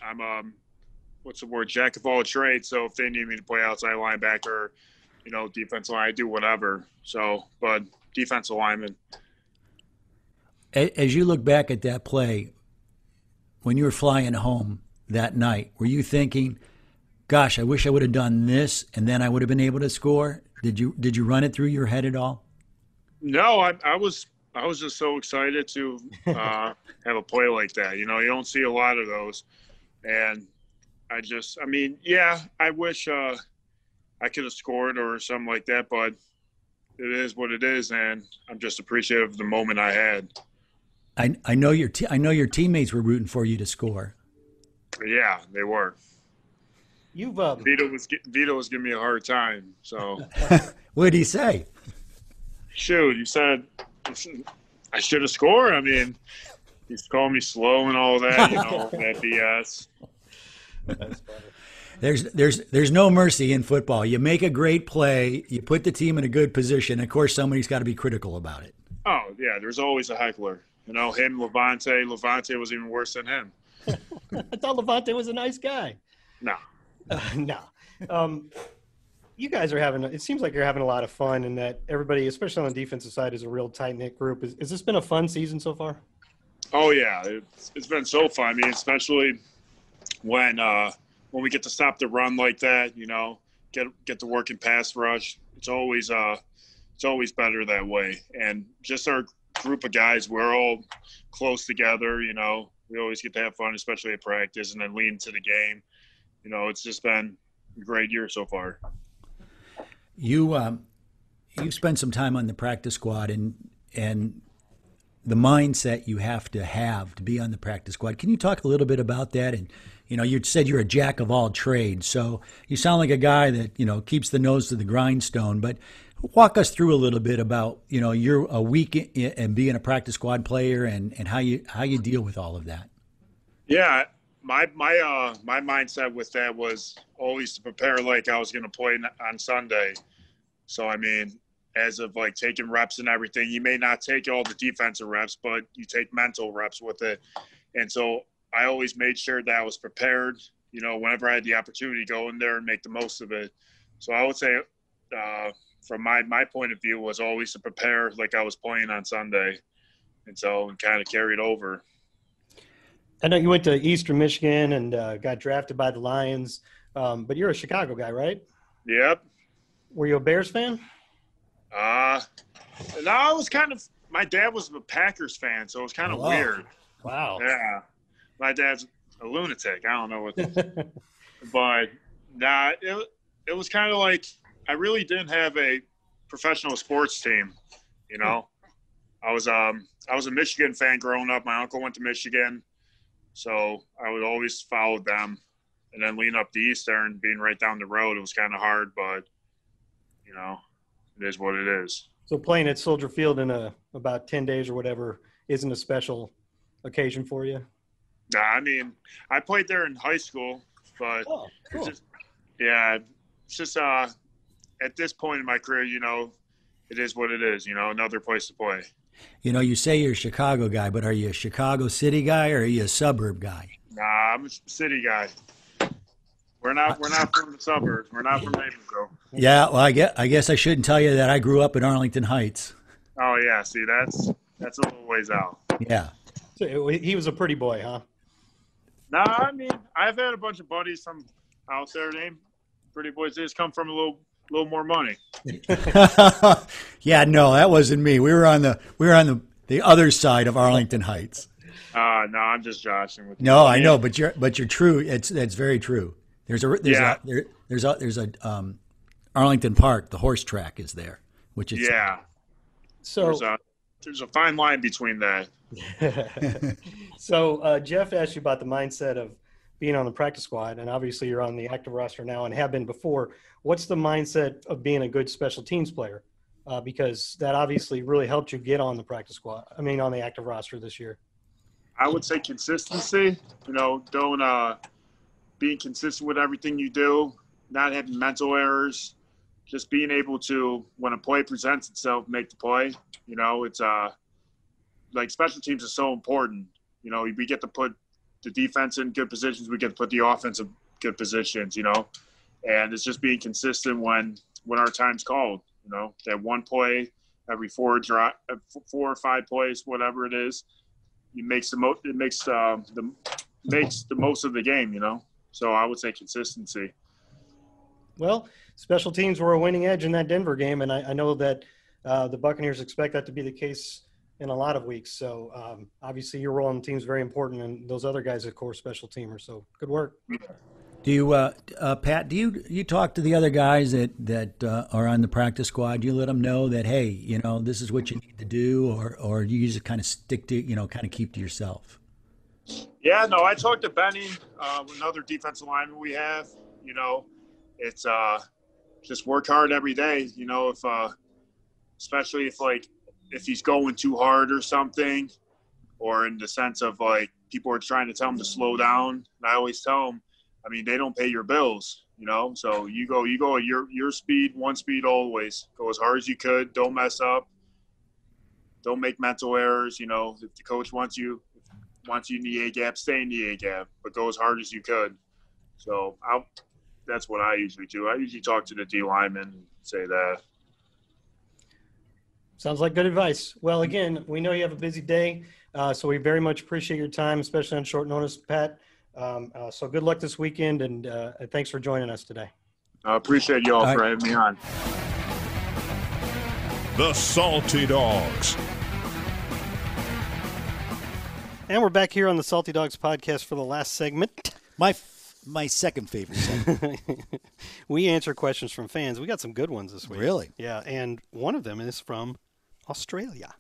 I'm um, what's the word, jack of all trades. So if they need me to play outside linebacker, you know, defensive line, I do whatever. So, but defensive lineman. A- As you look back at that play, when you were flying home that night, were you thinking, "Gosh, I wish I would have done this, and then I would have been able to score"? Did you did you run it through your head at all? No, I, I was I was just so excited to uh, have a play like that. You know, you don't see a lot of those, and I just, I mean, yeah, I wish uh, I could have scored or something like that, but it is what it is, and I'm just appreciative of the moment I had. I I know your te- I know your teammates were rooting for you to score. Yeah, they were. You've uh, Vito was gi- Vito was giving me a hard time. So What did he say? shoot, you said I should have scored. I mean, he's calling me slow and all that. You know that BS. There's there's there's no mercy in football. You make a great play, you put the team in a good position. Of course, somebody's got to be critical about it. Oh yeah, there's always a heckler. You know him, Levante. Levante was even worse than him. [LAUGHS] I thought Levante was a nice guy. No, no. Um, you guys are having. It seems like you're having a lot of fun, and that everybody, especially on the defensive side, is a real tight knit group. Is, has this been a fun season so far? Oh yeah, it's, it's been so fun. I mean, especially when uh, when we get to stop the run like that, you know, get get to work in pass rush. It's always uh, it's always better that way. And just our group of guys, we're all close together. You know, we always get to have fun, especially at practice, and then lead into the game. You know, it's just been a great year so far. You um, you've spent some time on the practice squad and and the mindset you have to have to be on the practice squad. Can you talk a little bit about that? And you know, you said you're a jack of all trades, so you sound like a guy that you know keeps the nose to the grindstone. But walk us through a little bit about you know you're a week and being a practice squad player and and how you how you deal with all of that. Yeah, my my uh my mindset with that was always to prepare like I was going to play on Sunday. So I mean, as of like taking reps and everything. You may not take all the defensive reps, but you take mental reps with it. And so I always made sure that I was prepared, you know, whenever I had the opportunity to go in there and make the most of it. So I would say, uh, from my, my point of view, was always to prepare like I was playing on Sunday. And so and kind of carried over. I know you went to Eastern Michigan and uh, got drafted by the Lions, um, but you're a Chicago guy, right? Yep. Were you a Bears fan? Uh, no, I was kind of. My dad was a Packers fan, so it was kind of Wow. weird. Wow. Yeah, my dad's a lunatic. I don't know what, but nah, it it was kind of like I really didn't have a professional sports team. You know, I was um I was a Michigan fan growing up. My uncle went to Michigan, so I would always follow them, and then lean up the Eastern, being right down the road. It was kind of hard, but you know, it is what it is. So playing at Soldier Field in a, about 10 days or whatever isn't a special occasion for you? Nah, I mean, I played there in high school, but Oh, it's just, yeah, it's just uh, at this point in my career, you know, it is what it is. You know, another place to play. You know, you say you're a Chicago guy, but are you a Chicago city guy or are you a suburb guy? Nah, I'm a city guy. We're not. We're not from the suburbs. We're not from Naperville. Yeah, well, I guess I guess I shouldn't tell you that I grew up in Arlington Heights. Oh yeah, see, that's that's a little ways out. Yeah, [LAUGHS] So he was a pretty boy, huh? Nah, I mean, I've had a bunch of buddies from out there named Pretty Boys. They just come from a little little more money. yeah, no, that wasn't me. We were on the we were on the the other side of Arlington Heights. Uh, no, I'm just joshing with you. No, I know, but you're but you're true. It's that's very true. There's a there's Yeah. a there, there's a there's a um, Arlington Park. The horse track is there, which is Yeah, So, there's a there's a fine line between that. [LAUGHS] so uh, Jeff asked you about the mindset of being on the practice squad, and obviously you're on the active roster now and have been before. What's the mindset of being a good special teams player? Uh, because that obviously really helped you get on the practice squad. I mean, on the active roster this year. I would say consistency. You know, don't uh, being consistent with everything you do, not having mental errors, just being able to when a play presents itself, make the play. You know, it's uh, like special teams is so important. You know, we get to put the defense in good positions, we get to put the offense in good positions. You know, and it's just being consistent when when our time's called. You know, that one play every four dri uh, four or five plays, whatever it is it makes the most it makes uh, the makes the most of the game you know so i would say consistency Well, special teams were a winning edge in that Denver game, and I, I know that uh, the Buccaneers expect that to be the case in a lot of weeks. So um, obviously, your role on the team is very important, and those other guys, of course, special teamers. So good work. Do you, uh, uh, Pat? Do you you talk to the other guys that that uh, are on the practice squad? Do you let them know that hey, you know, this is what you need to do, or or you just kind of stick to you know, kind of keep to yourself? yeah no i talked to benny uh, another defensive lineman we have you know it's uh just work hard every day you know if uh especially if like if he's going too hard or something or in the sense of like people are trying to tell him to slow down and i always tell him i mean they don't pay your bills you know so you go you go at your your speed one speed always go as hard as you could don't mess up don't make mental errors you know if the coach wants you wants you in the a gap stay in the a gap but go as hard as you could so i that's what I usually do. I usually talk to the D lineman and say that. Sounds like good advice. Well, again, we know you have a busy day, uh, so we very much appreciate your time, especially on short notice, Pat. Um, uh, so good luck this weekend, and uh, thanks for joining us today. I appreciate y'all all All for right. having me on. The Salty Dogs. And we're back here on the Salty Dogs podcast for the last segment. My f- my second [LAUGHS] favorite. Segment. we answer questions from fans. We got some good ones this week. Really? Yeah, and one of them is from Australia.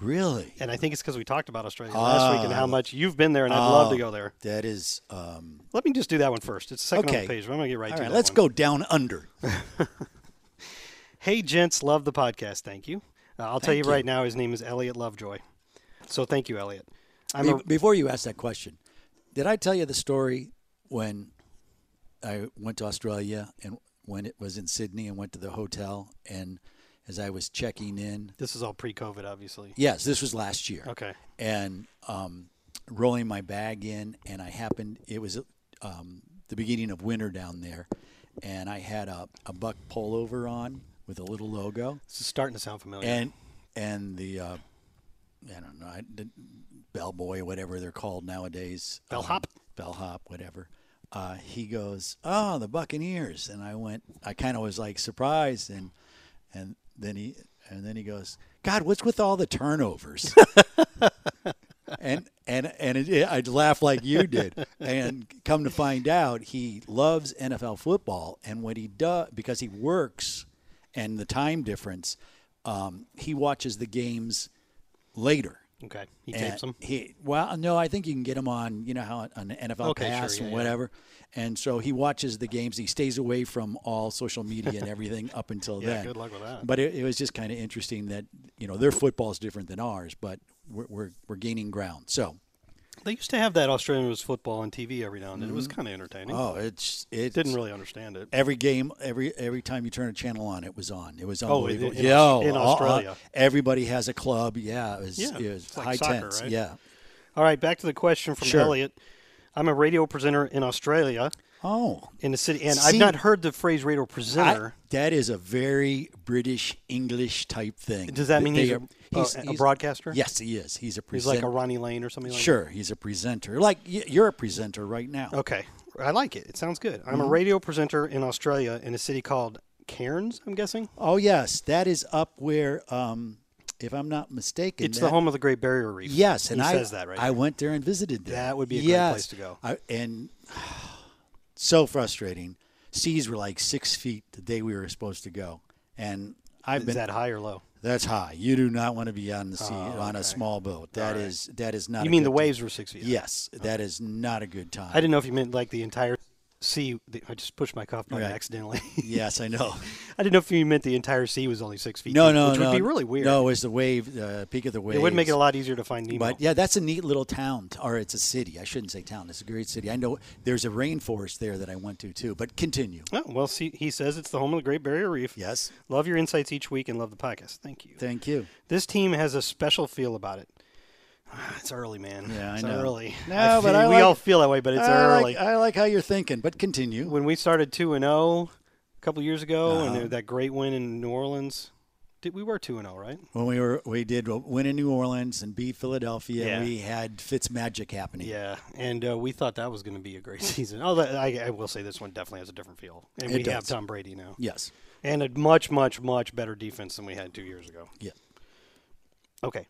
really, And I think it's because we talked about Australia last week and Ah. how much you've been there, and I'd love Oh. to go there. that is um, Let me just do that one first. It's second on Okay. the page, but I'm going to get right all to right. that Let's one. go down under. Hey, gents, love the podcast. Thank you. Uh, I'll tell you, Thank you. right now, his name is Elliot Lovejoy. So thank you, Elliot. I'm a, Be- before you ask that question, did I tell you the story when I went to Australia and when it was in Sydney and went to the hotel and as I was checking in, this is all pre-COVID, obviously. yes, this was last year. Okay. and um, rolling my bag in, and I happened. It was um, the beginning of winter down there, and I had a, a buck pullover on with a little logo, This is starting to sound familiar. and and the uh, I don't know, I, the bellboy, whatever they're called nowadays, Bellhop? um, bellhop, whatever. Uh, he goes, oh, the Buccaneers, and I went. I kind of was like surprised, and and then he and then he goes, God, what's with all the turnovers? [LAUGHS] and and and it, it, I'd laugh like you did. And come to find out, he loves NFL football, and what he does because he works, and the time difference, um, he watches the games later. okay, he And tapes them. Uh, He well, no, I think you can get him on you know how on the NFL Okay, sure, Pass yeah, and yeah. whatever. And so he watches the games. He stays away from all social media and everything up [LAUGHS] until Yeah, then. good luck with that. But it, it was just kind of interesting that you know their football is different than ours, but we're, we're we're gaining ground. So They used to have that Australian was football on TV every now and then. It was kind of entertaining. oh, it's it Didn't really understand it. every game every every time you turn a channel on it was on it was Oh, in- unbelievable in yeah Aus- oh, in uh, uh, Australia. everybody has a club yeah it was, Yeah, it was it's like high soccer, tense right? yeah All right, back to the question from Sure. Elliot. I'm a radio presenter in Australia, oh in the city, and I've See- not heard the phrase radio I- presenter. that is a very British English type thing. Does that mean They he's a- are- uh, a broadcaster? Yes, he is. He's a He's presenter. like a Ronnie Lane or something like that. sure, he's a presenter. Like y- you're a presenter right now. Okay. I like it. It sounds good. I'm Mm-hmm. a radio presenter in Australia in a city called Cairns, I'm guessing. Oh yes, that is up where, um, if I'm not mistaken, It's that- the home of the Great Barrier Reef. Yes, and he I says that right. I went there and visited there. That would be a great yes. place to go. I, and [SIGHS] so frustrating. Seas were like six feet the day we were supposed to go, and I've Is been that high or low? That's high. You do not want to be on the sea on a small boat. That is that is not. You a mean good the time. waves were six feet? high? Yes, that is not a good time. I didn't know if you meant like the entire sea. the- I just pushed my cuff button Right. accidentally. [LAUGHS] Yes, I know. I didn't know if you meant the entire sea was only six feet. No, deep, no, which no. would be really weird. No, it's the wave, the peak of the wave. it would make it a lot easier to find Nemo. But yeah, that's a neat little town, or it's a city. I shouldn't say town. It's a great city. I know there's a rainforest there that I went to too. But continue. Oh, well, see, he says it's the home of the Great Barrier Reef. Yes. Love your insights each week and love the podcast. Thank you. Thank you. This team has a special feel about it. Ah, It's early, man. Yeah, I it's know. early. No, but feel- I we like- all feel that way, but it's I early. like, I like how you're thinking, but continue. when we started two and zero a couple years ago, Uh-huh. and there- that great win in New Orleans, did we were two and zero, right? When we were, we did win in New Orleans and beat Philadelphia. Yeah. We had Fitz magic happening. Yeah, and uh, we thought that was going to be a great [LAUGHS] season. Although I, I will say this one definitely has a different feel, and It we have does. Tom Brady now, Yes. and a much, much, much better defense than we had two years ago. Yeah. Okay.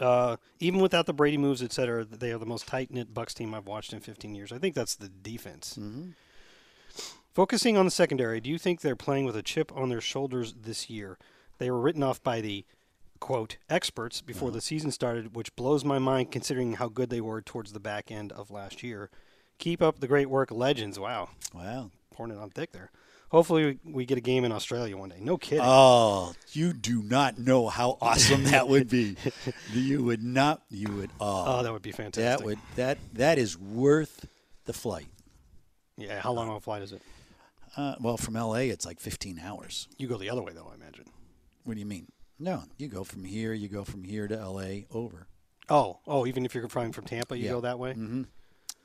Uh, even without the Brady moves, et cetera, they are the most tight knit Bucks team I've watched in 15 years. I think that's the defense. Focusing on the secondary, do you think they're playing with a chip on their shoulders this year? They were written off by the quote experts before the season started, which blows my mind considering how good they were towards the back end of last year. Keep up the great work, legends. Wow, Wow. pouring it on thick there. Hopefully, we we get a game in Australia one day. No kidding. Oh, you do not know how awesome that [LAUGHS] would be. you would not. You would. Oh, oh, that would be fantastic. that would that that is worth the flight. Yeah, how long of a flight is it? Uh, well, from L.A., it's like 15 hours. You go the other way, though, I imagine. What do you mean? No, you go from here. You go from here to L.A. Over. Oh, oh, even if you're flying from Tampa, you Yeah. go that way.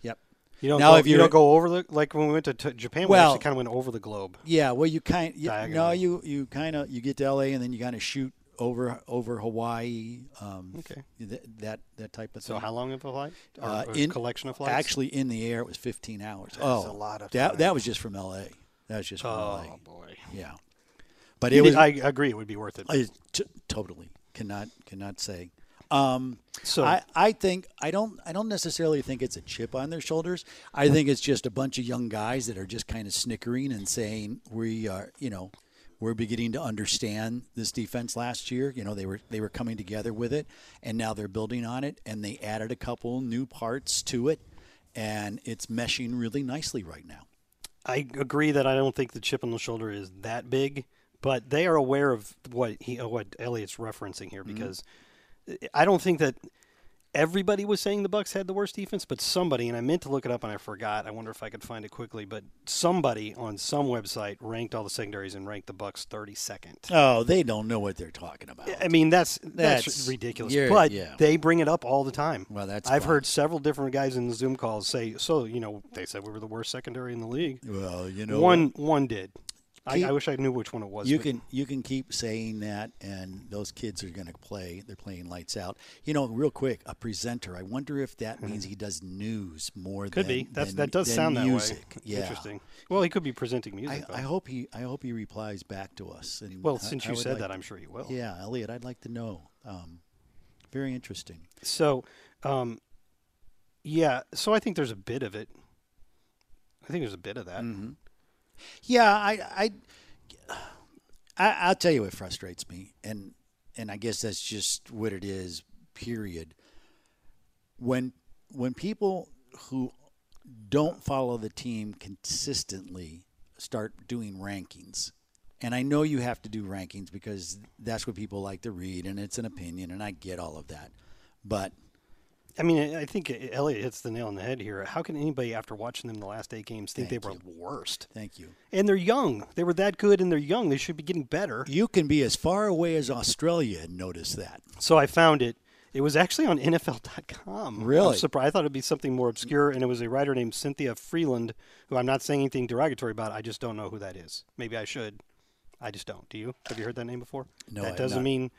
Yep. You don't, Now, go, if you you're- don't go over the like when we went to t- Japan. we Well- actually kind of went over the globe. Yeah, well, you kind you, no, Diagonally. you you kind of you get to L.A. and then you kind of shoot over over Hawaii. Um, Okay. th- that that type of Hmm. So thing. how long of a flight? Or, Mm-hmm. Uh, or in- collection of flights? Actually, in the air, it was 15 hours. oh, a lot of that time. that was just from L.A. That was just from oh L.A. boy. Yeah, but It it [LAUGHS] was I agree. It would be worth it. I t- totally cannot cannot say. Um, So- I, I think I don't I don't necessarily think it's a chip on their shoulders. I think it's just a bunch of young guys that are just kind of snickering and saying we are you know we're beginning to understand this defense last year. You know they were they were coming together with it, and now they're building on it, and they added a couple new parts to it, and it's meshing really nicely right now. I agree that I don't think the chip on the shoulder is that big, but they are aware of what he, uh, what Elliot's referencing here Mm-hmm. because uh, I don't think that everybody was saying the Bucks had the worst defense, but somebody and I meant to look it up and I forgot. I wonder if I could find it quickly, but somebody on some website ranked all the secondaries and ranked the Bucks 32nd. Oh, they don't know what they're talking about. I mean that's that's, That's- ridiculous, you're- but yeah. they bring it up all the time. Well, that's I've fine. heard several different guys in the Zoom calls say, "So you know, they said we were the worst secondary in the league." Well, you know one one did. I, Keep- I wish I knew which one it was. You but- can you can keep saying that, and those kids are going to play. They're playing lights out. You know, real quick, a presenter. I wonder if that means he does news more. Mm-hmm. could than, be. That's than- that does than sound music. that way. Yeah. Interesting. Well, he could be presenting I, music. though. I hope he I hope he replies back to us. And well, I- since I you would said like that, to- I'm sure he will. yeah, Elliot, I'd like to know. Um, very interesting. So, um, yeah. So I think there's a bit of it. I think there's a bit of that. Mm-hmm. Yeah, I, I, I, will tell you what frustrates me, and and I guess that's just what it is. Period. When when people who don't follow the team consistently start doing rankings, and I know you have to do rankings because that's what people like to read, and it's an opinion, and I get all of that, but I mean, I I think Elliot hits the nail on the head here. How can anybody, after watching them the last eight games, think they were the worst? thank you. And they're young. They were that good, and they're young. They should be getting better. You can be as far away as Australia and notice that. So I found it. It was actually on NFL.com. I Really? was surprised. I thought it'd be something more obscure, and it was a writer named Cynthia Freeland, who I'm not saying anything derogatory about. I just don't know who that is. Maybe I should. I just don't. Do you? Have you heard that name before? No, that I've doesn't not. mean.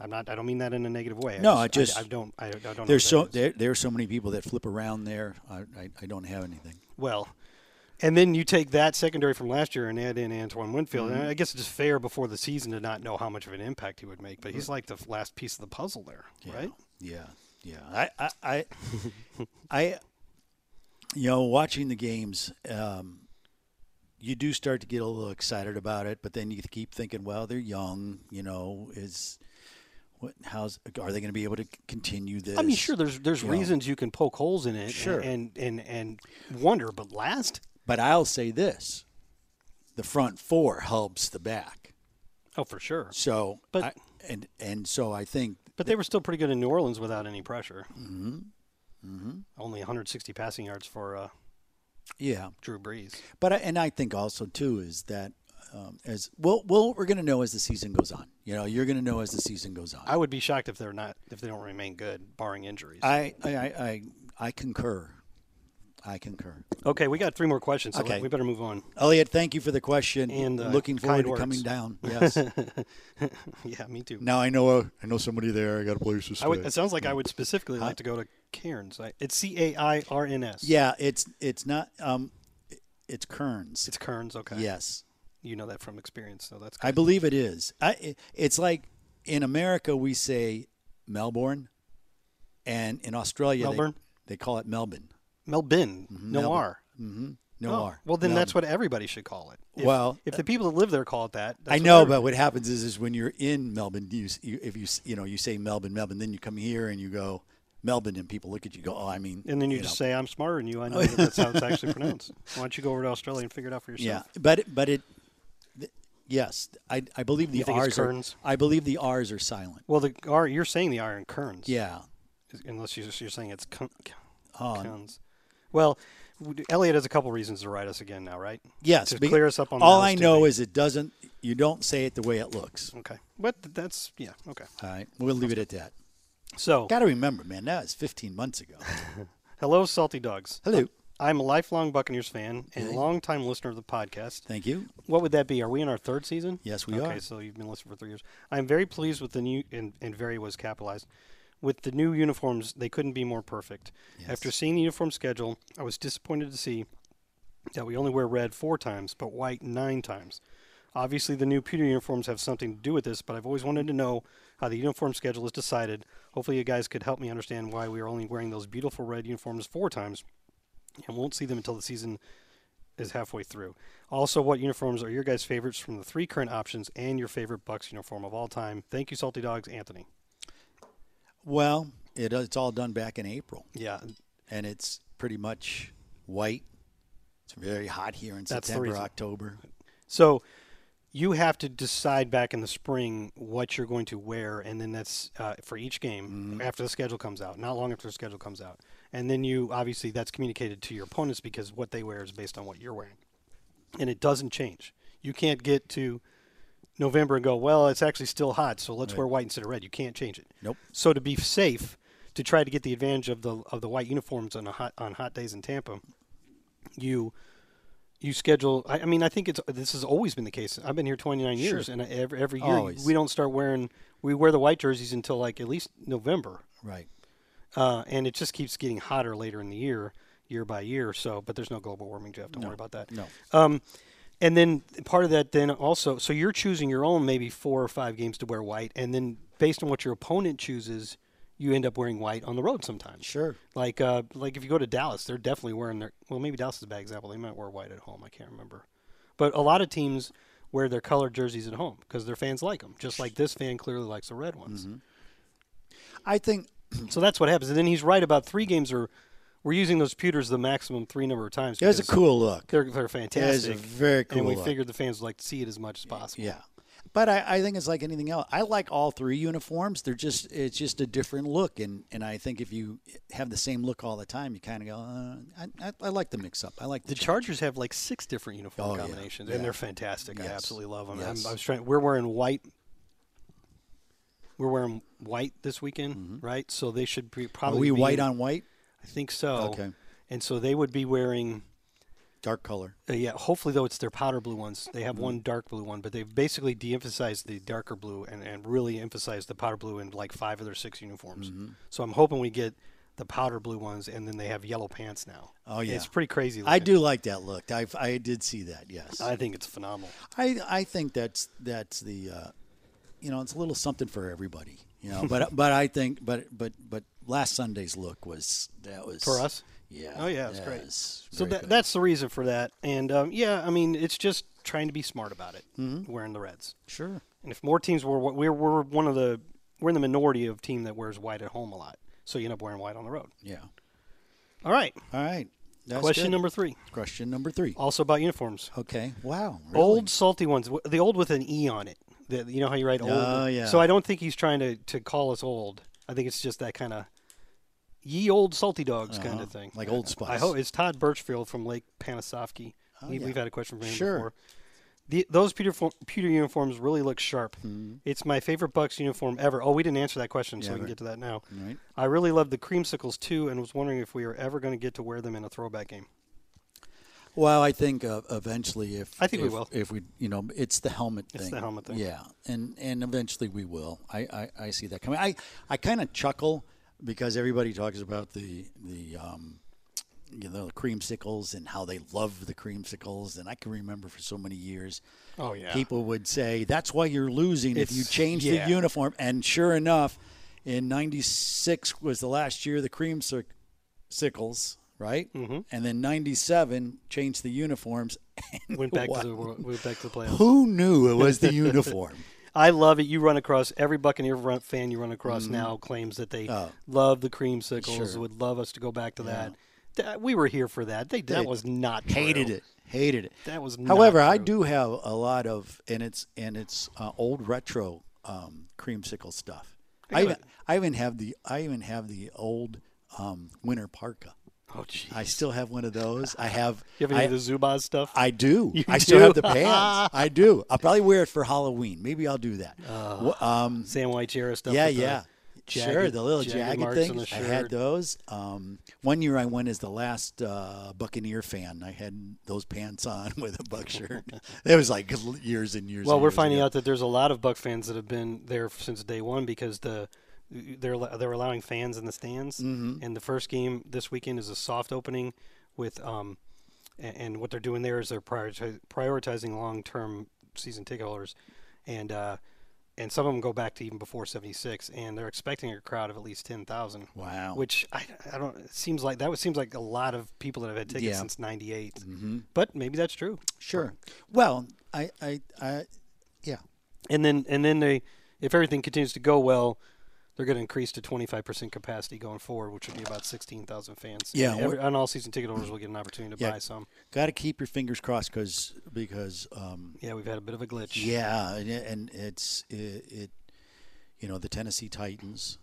I'm not. I don't mean that in a negative way. No, I I just. just- I, I don't. I, I don't. know who There's that so is. there, there are so many people that flip around there. I, I, I don't have anything. well. And then you take that secondary from last year and add in Antoine Winfield. Mm-hmm. And I guess it's just fair before the season to not know how much of an impact he would make, but he's like the f- last piece of the puzzle there, right? Yeah, yeah. I I I, I you know, watching the games, um, you do start to get a little excited about it, but then you keep thinking, well, they're young. You know, is what? How's are they going to be able to c- continue this? I mean, sure. There's there's you know. reasons you can poke holes in it, Sure. and and and wonder. But last, But I'll say this: the front four helps the back. oh for sure. So, But- I- and and so I think But they were still pretty good in New Orleans without any pressure. Mm-hmm. Mm-hmm. Only 160 passing yards for uh, yeah. Drew Brees. But I, and I think also too is that um, as well, well, we're going to know as the season goes on. You know, you're going to know as the season goes on. I would be shocked if they're not if they don't remain good, barring injuries. I I I, I, I concur. I concur. okay, we got three more questions. So Okay. we better move on. [LAUGHS] Elliot, thank you for the question. And, uh, looking kind forward to words. [LAUGHS] coming down. Yes. yeah, me too. now I know a, I know somebody there. I got a place to I would, it sounds like I would specifically like to go to Cairns. I, it's C A I R N S. yeah, it's it's not um, it- it's Kearns. it's Kearns. Okay, yes. you know that from experience, so that's good. I believe it is. I, it- it's like in America we say Melbourne, and in Australia they- Melbourne? They, call it Melbourne. Mm-hmm. Melbourne, Noir. No Oh, R. Well, then Melbourne. that's what everybody should call it. If, Well- uh, if the people that live there call it that, that's I what know, every- but what happens is, is when you're in Melbourne, you, s- you if you s- you know you say Melbourne, Melbourne, then you come here and you go Melbourne, and people look at you go, oh, I mean, and then you, just say, "I'm smarter than you." [LAUGHS] I know that that's how it's actually pronounced. Why don't you go over to Australia and figure it out for yeah, yourself? but it- but it, th- yes, I I believe the think it's R's are, Kearns? I believe the R's are silent. Well, the R you're saying the R in Kearns, Yeah, Oh, Unless you're, you're saying it's Kearns. Kearns. Well, w- Elliot has a couple reasons to write us again now, right? yes. To be- clear us up on all Miles I know Dewey. is it doesn't. You don't say it the way it looks. Okay, but th- that's yeah. Okay, All right, we'll leave it at that. so Got to remember, man, that was 15 months ago. hello, salty dogs. Hello. I'm a lifelong Buccaneers fan and longtime listener of the podcast. Thank you. What would that be? Are we in our third season? Yes, we Okay, are. so you've been listening for three years. I'm very pleased with the new, and, and very was capitalized. With the new uniforms, they couldn't be more perfect. After seeing the uniform schedule, I was disappointed to see that we only wear red four times, but white nine times. Obviously, the new pewter uniforms have something to do with this, but I've always wanted to know how the uniform schedule is decided. Hopefully, you guys could help me understand why we are only wearing those beautiful red uniforms four times and won't see them until the season is halfway through. Also, what uniforms are your guys' favorites from the three current options and your favorite Bucks uniform of all time? Thank you, Salty Dogs, Anthony. Well, it, uh, it's all done back in April, Yeah, and it's pretty much white. It's very hot here in That's the September, reason. October. So you have to decide back in the spring what you're going to wear, and then that's uh, for each game after the schedule comes out, not long after the schedule comes out. And then you obviously that's communicated to your opponents because what they wear is based on what you're wearing, and it doesn't change. You can't get to November and go, well, it's actually still hot, so let's wear white instead of red. You can't change it. Nope. So to be safe, to try to get the advantage of the of the white uniforms on a hot on hot days in Tampa, you you schedule. I, I mean, I think it's this has always been the case. I've been here 29 years, and I, every every year Always. we don't start wearing we wear the white jerseys until like at least November, Right. uh, and it just keeps getting hotter later in the year, year by year. So, but there's no global warming, Jeff. Don't worry about that. No. Um, and then part of that, then also, so you're choosing your own maybe four or five games to wear white, and then based on what your opponent chooses, you end up wearing white on the road sometimes. Sure. Like, uh, like if you go to Dallas, they're definitely wearing their. Well, maybe Dallas is a bad example. They might wear white at home. I can't remember, but a lot of teams wear their colored jerseys at home because their fans like them. Just like this fan clearly likes the red ones. I think So that's what happens. And then he's right about three games are. We're using those pewters the maximum three number of times. it was a because cool look. They're, they're fantastic. very cool And we look. figured the fans would like to see it as much as possible. Yeah. But I, I think it's like anything else. I like all three uniforms. They're just it's just a different look, and, and I think if you have the same look all the time, you kind of go. Uh, I, I, I like the mix up. I like The the Chargers have like six different uniform Oh, yeah. combinations, and they're fantastic. I Yes. absolutely love them. Yes. I'm, I was trying. We're wearing white. We're wearing white this weekend, right? So they should be Mm-hmm. are probably. we be- white on white, I think so. Okay. And so they would be wearing. dark color. Uh, yeah, hopefully though it's their powder blue ones. They Mm-hmm. have one dark blue one, but they've basically de-emphasized the darker blue and, and really emphasized the powder blue in like five of their six uniforms. Mm-hmm. So I'm hoping we get the powder blue ones, and then they have yellow pants now. Oh, yeah. it's pretty crazy. I looking. do like that look. I I did see that. Yes. I think it's phenomenal. I I think that's that's the, uh, you know, it's a little something for everybody. You know, [LAUGHS] but but I think but but but last Sunday's look was that was For us? Yeah. Oh, yeah, it was that great. was So very that, good. that's the reason for that. And um, yeah, I mean, it's just trying to be smart about it. Mm-hmm. Wearing the reds, sure. and if more teams were, we're we're one of the we're in the minority of team that wears white at home a lot, so you end up wearing white on the road. Yeah. All right, All right. That's question good. number three, question number three. also about uniforms. Okay. Wow. Old salty ones, w- the old with an e on it. The, you know how you write old. Oh, yeah. So I don't think he's trying to to call us old. I think it's just that kind of ye old salty dogs kind of thing, Uh-huh. like Old Spice. Oh, I hope it's Todd Birchfield from Lake Panasoffkee. we, yeah. We've had a question from him Sure. before. The, those pewter, for, pewter uniforms really look sharp. Hmm. It's my favorite Bucks uniform ever. Oh, we didn't answer that question, so we can get to that now. Right. I really love the creamsicles too, and was wondering if we are ever going to get to wear them in a throwback game. Well, I think uh, eventually, if I think we if- will. if we, you know, it's the helmet thing. It's the helmet thing. Yeah, and and eventually we will. I I, I see that coming. I I kind of chuckle because everybody talks about the the. Um, you know, creamsicles and how they love the creamsicles. And I can remember for so many years, Oh, yeah. people would say, that's why you're losing if you It's- change yeah. the uniform. And sure enough, in 96 was the last year of the creamsicles, right? Mm-hmm. And then 97 changed the uniforms. [LAUGHS] [LAUGHS] And Went back what- to the went back to the playoffs. Who knew it [LAUGHS] was the uniform? I love it. You run across every Buccaneer run, fan you run across now claims that they love the creamsicles, would love us to go back to that. That- we were here for that. They, that was not true. Hated it. Hated it. That was. not However, I true. do have a lot of, and it's and it's uh, old retro um, creamsicle stuff. I even, I even have the I even have the old um, winter parka. Oh, gee. I still have one of those. I have. You have I, any of the Zubaz stuff? I do. You I still do? have [LAUGHS] the pants. I do. I'll probably wear it for Halloween. Maybe I'll do that. Wha- um, Sam White Sierra Uh, stuff. yeah, with the- yeah. jagged, sure, the little jagged jagged, marks on the things. I shirt. had those. Um, one year I went as the last uh, Buccaneer fan. I had those pants on [LAUGHS] with a buck shirt. that was like years and years. Well, we're finding out that there's a lot of Buck fans that have been there since day one because the they're they're allowing fans in the stands. Mm-hmm. And the first game this weekend is a soft opening with um, and, and what they're doing there is they're prioritize, prioritizing long term season ticket holders, and uh, and some of them go back to even before '76, and they're expecting a crowd of at least ten thousand. Wow. Which I, I don't it seems like that would seems like a lot of people that have had tickets Yeah. Mm-hmm. since '98. But maybe that's true. Sure. Well, I, I, I, yeah. and then and then they if everything continues to go well they're going to increase to 25% capacity going forward which would be about 16,000 fans Yeah, and, every, and all season ticket holders will get an opportunity to Yeah. buy some Got to keep your fingers crossed because because um, yeah we've had a bit of a glitch yeah, and, and it's it, it you know the Tennessee Titans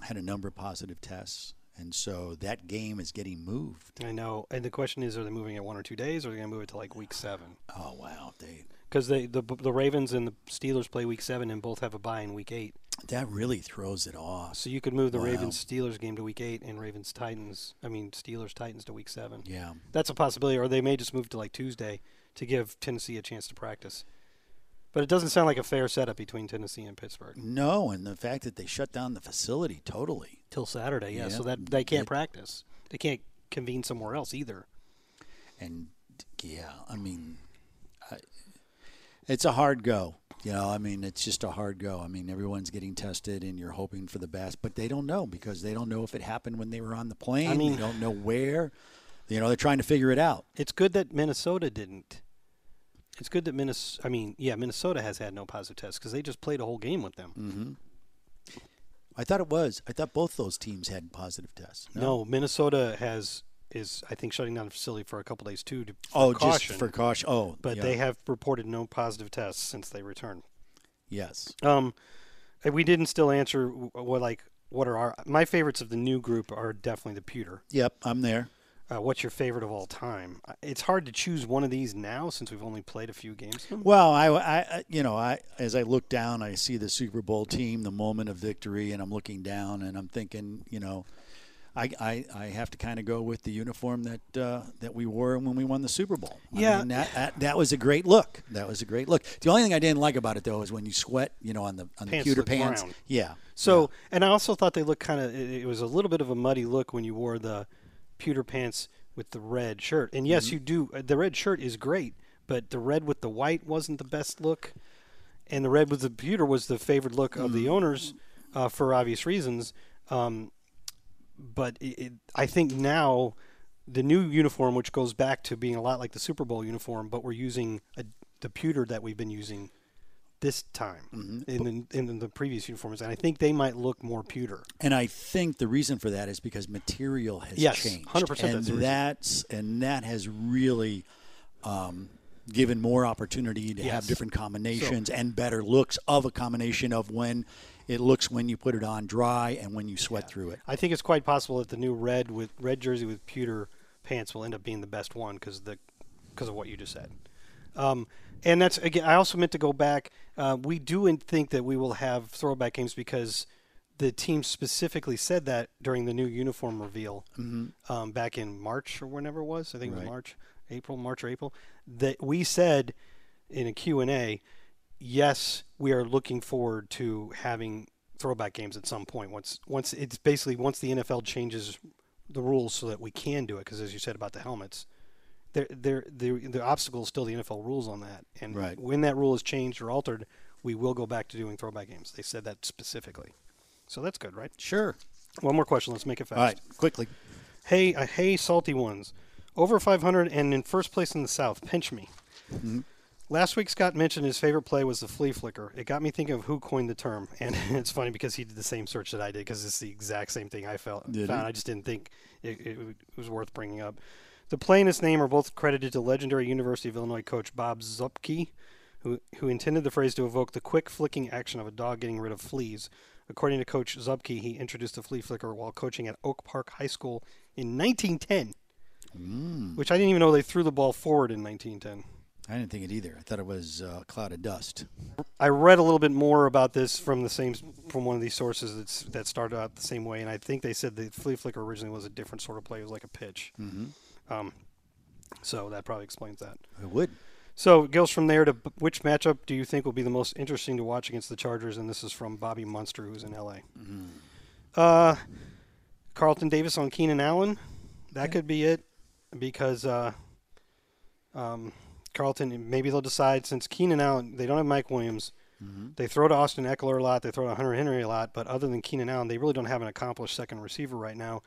um, had a number of positive tests, and so that game is getting moved. i know and the question is are they moving it one or two days or are they going to move it to like week 7 Oh wow, they cuz they the, the Ravens and the Steelers play week 7 and both have a bye in week 8 that really throws it off. so you could move the Ravens Steelers game to week 8 and Ravens Titans I mean Steelers Titans to week 7 Yeah, That's a possibility, or they may just move to like Tuesday to give Tennessee a chance to practice. But it doesn't sound like a fair setup between Tennessee and Pittsburgh no, and the fact that they shut down the facility totally. till Saturday. Yeah, so Yeah. that they can't practice. They can't convene somewhere else either. and yeah, I mean, I, it's a hard go. You know, I mean, it's just a hard go. I mean, everyone's getting tested, and you're hoping for the best, but they don't know because they don't know if it happened when they were on the plane. mean- they don't know where. You know, they're trying to figure it out. It's good that Minnesota didn't. It's good that Minnesota. I mean, yeah, Minnesota has had no positive tests because they just played a whole game with them. I thought it was. I thought both those teams had positive tests. No, Minnesota has is I think shutting down the facility for a couple days too. To, for Oh, caution, just for caution. Oh, But yeah. they have reported no positive tests since they returned. yes. Um, and we didn't still answer wh- what like what are our my favorites of the new group are definitely the pewter. Yep, I'm there. Uh, what's your favorite of all time? Uh, It's hard to choose one of these now since we've only played a few games. Well, I, I, I- you know, I as I look down, I see the Super Bowl team, the moment of victory, and I'm looking down and I'm thinking, you know, I, I, I have to kind of go with the uniform that uh, that we wore when we won the Super Bowl. I Yeah. mean, that, that that was a great look. That was a great look. The only thing I didn't like about it though is when you sweat, you know, on the on Pants the pewter look pants. brown. Yeah, So, and I also thought they looked kind of. It, it was a little bit of a muddy look when you wore the pewter pants with the red shirt. And yes, you do. uh, The red shirt is great, but the red with the white wasn't the best look, and the red with the pewter was the favored look of the owners uh, for obvious reasons. Um, but it, it, I think now the new uniform, which goes back to being a lot like the Super Bowl uniform, but we're using a, the pewter that we've been using this time in, the, in the previous uniforms, and I think they might look more pewter. and I think the reason for that is because material has Yes, changed. 100% and that's the reason. that's and that has really um, given more opportunity to have Yes. different combinations and better looks of a combination of when it looks when you put it on dry and when you sweat through it. I think it's quite possible that the new red with red jersey with pewter pants will end up being the best one because the because of what you just said. Um, and that's again. I also meant to go back. Uh, we do in- think that we will have throwback games because the team specifically said that during the new uniform reveal um, back in March or whenever it was. I think it was March, April, March or April. That we said in a Q and A, yes, we are looking forward to having throwback games at some point. Once once it's basically once the NFL changes the rules so that we can do it, because as you said about the helmets, there there the the obstacle is still the NFL rules on that. And Right. when that rule is changed or altered, we will go back to doing throwback games. They said that specifically. So that's good, right? Sure. One more question. Let's make it fast. All right, quickly. Hey, uh, hey, salty ones. Over 500 and in first place in the South. Pinch me. Last week, Scott mentioned his favorite play was the flea flicker. It got me thinking of who coined the term, [LAUGHS] and it's funny because he did the same search that I did because it's the exact same thing I felt Did found. he? I just didn't think it, it w- it was worth bringing up. The play and its name are both credited to legendary University of Illinois coach Bob Zupke, who who intended the phrase to evoke the quick flicking action of a dog getting rid of fleas. According to Coach Zupke, he introduced the flea flicker while coaching at Oak Park High School Mm. in 1910, which I didn't even know they threw the ball forward in 1910. I didn't think it either. I thought it was uh, cloud of dust. I read a little bit more about this from the same from one of these sources that's, that started out the same way, and I think they said the flea flicker originally was a different sort of play. It was like a pitch. Mm-hmm. Um, so that probably explains that. It would. So, Gils, from there to b- which matchup do you think will be the most interesting to watch against the Chargers? And this is from Bobby Munster, who's in LA. Uh, Carlton Davis on Keenan Allen. That could be it because uh, um, Carlton, maybe they'll decide since Keenan Allen, they don't have Mike Williams. They throw to Austin Eckler a lot. They throw to Hunter Henry a lot. But other than Keenan Allen, they really don't have an accomplished second receiver right now.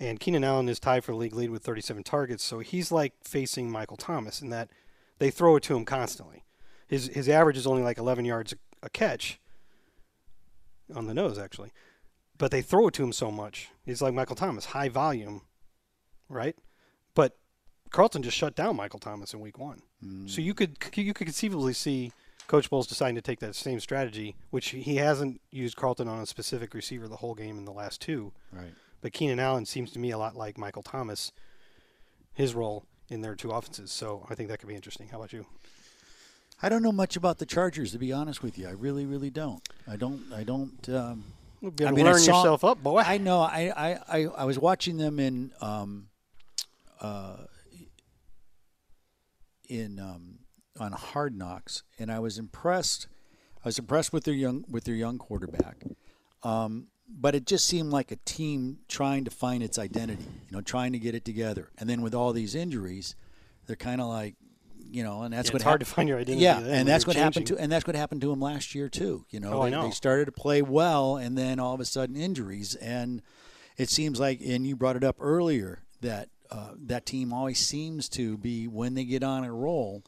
And Keenan Allen is tied for the league lead with 37 targets. So he's like facing Michael Thomas in that they throw it to him constantly. His, his average is only like 11 yards a, a catch on the nose, actually. But they throw it to him so much. He's like Michael Thomas, high volume, right? But Carlton just shut down Michael Thomas in week one. So you could you could conceivably see Coach Bowles deciding to take that same strategy, which he hasn't used Carlton on a specific receiver the whole game in the last two. Right. But Keenan Allen seems to me a lot like Michael Thomas, his role in their two offenses. So I think that could be interesting. How about you? I don't know much about the Chargers, to be honest with you. I really, really don't. I don't. I don't. Um, better learn yourself up, boy. I know. I, I, I, I was watching them in um, uh, in um, on Hard Knocks, and I was impressed. I was impressed with their young with their young quarterback, um, but it just seemed like a team trying to find its identity. You know, trying to get it together, and then with all these injuries, they're kind of like, you know, and that's Yeah, what it's hard hap- to find your identity Yeah, then when and that's you're what happened changing. to and that's what happened to him last year too. You know, Oh, I they, they know. started to play well, and then all of a sudden injuries, and it seems like, and you brought it up earlier that uh, that team always seems to be when they get on a roll,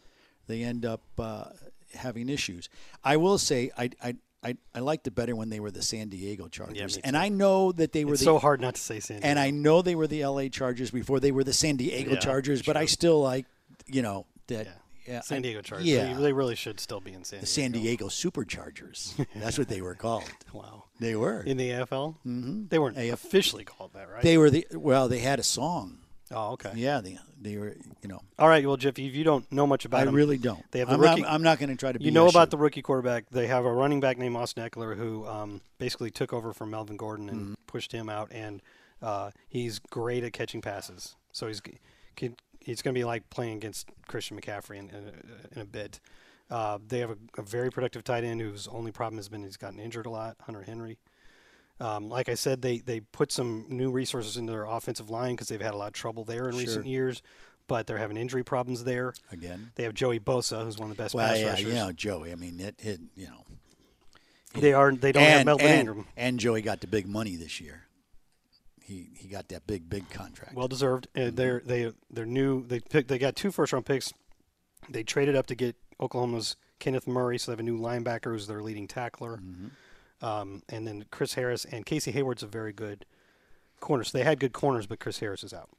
they end up uh, having issues. I will say, I. I I, I liked it better when they were the San Diego Chargers, and I know that they were It's the so hard not to say San Diego. and I know they were the LA Chargers before they were the San Diego Chargers, but I still like, you know, that yeah, I- San Diego Chargers. Yeah, They, they really should still be in San the Diego. San [LAUGHS] Diego Superchargers. That's what they were called. Wow. They were. In the AFL? Mm-hmm. They weren't AF. officially called that, right? They were the well. They had a song. oh, okay. Yeah, they they were. You know, All right, well, Jeff, if you don't know much about I them, really don't. They have the I'm rookie. not. I'm not going to try to. you know about the rookie quarterback. They have a running back named Austin Eckler who um, basically took over from Melvin Gordon and Mm-hmm. pushed him out, and uh, he's great at catching passes. So he's g- can, he's going to be like playing against Christian McCaffrey in, in, a- in a bit. Uh, they have a, a very productive tight end whose only problem has been he's gotten injured a lot, Hunter Henry. Um, like I said, they, they put some new resources into their offensive line because they've had a lot of trouble there in recent years, but they're having injury problems there. again. They have Joey Bosa, who's one of the best Well, pass yeah, rushers. you know, Joey. I mean, it. it you know, They are. They don't have and Melvin and, Ingram. and Joey got the big money this year. He he got that big big contract. Well deserved. Uh, they're they they're new. They picked. They got two first round picks. They traded up to get Oklahoma's Kenneth Murray, so they have a new linebacker who's their leading tackler. Mm-hmm. Um, and then Chris Harris and Casey Hayward's a very good corner. So they had good corners, but Chris Harris is out.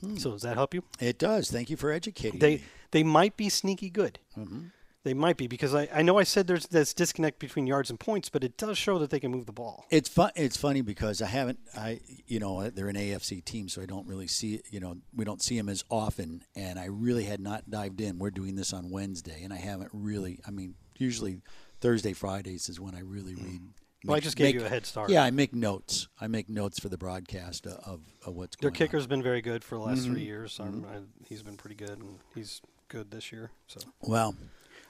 Hmm. So does that help you? it does. Thank you for educating They me. they might be sneaky good. Mm-hmm. They might be because I, I know I said there's this disconnect between yards and points, but it does show that they can move the ball. It's fun. It's funny because I haven't. I you know they're an AFC team, so I don't really see. You know we don't see them as often, and I really had not dived in. We're doing this on Wednesday, and I haven't really. I mean, usually Thursday, Fridays is when I really read. Mm. Well, I make- just gave make- you a head start. Yeah, I make notes. I make notes for the broadcast of, of, of what's Their going on. kicker's been very good for the last Mm-hmm. three years. Um I, he's been pretty good, and he's good this year. So Well,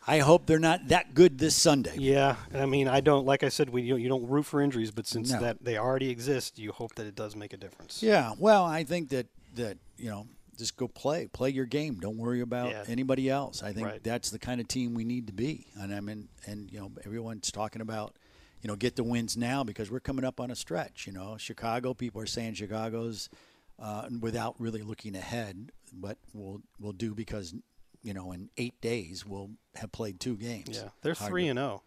I hope they're not that good this Sunday. yeah, I mean, I don't like I said, we you, you don't root for injuries, but since No. that they already exist, you hope that it does make a difference. Yeah, well, I think that that you know, just go play, play your game. Don't worry about Yeah. anybody else. I think Right. that's the kind of team we need to be. And I mean, and you know, everyone's talking about, you know, get the wins now because we're coming up on a stretch. You know, Chicago people are saying Chicago's uh, without really looking ahead, but we'll we'll do because you know in eight days we'll have played two games. Yeah, they're three and oh. zero.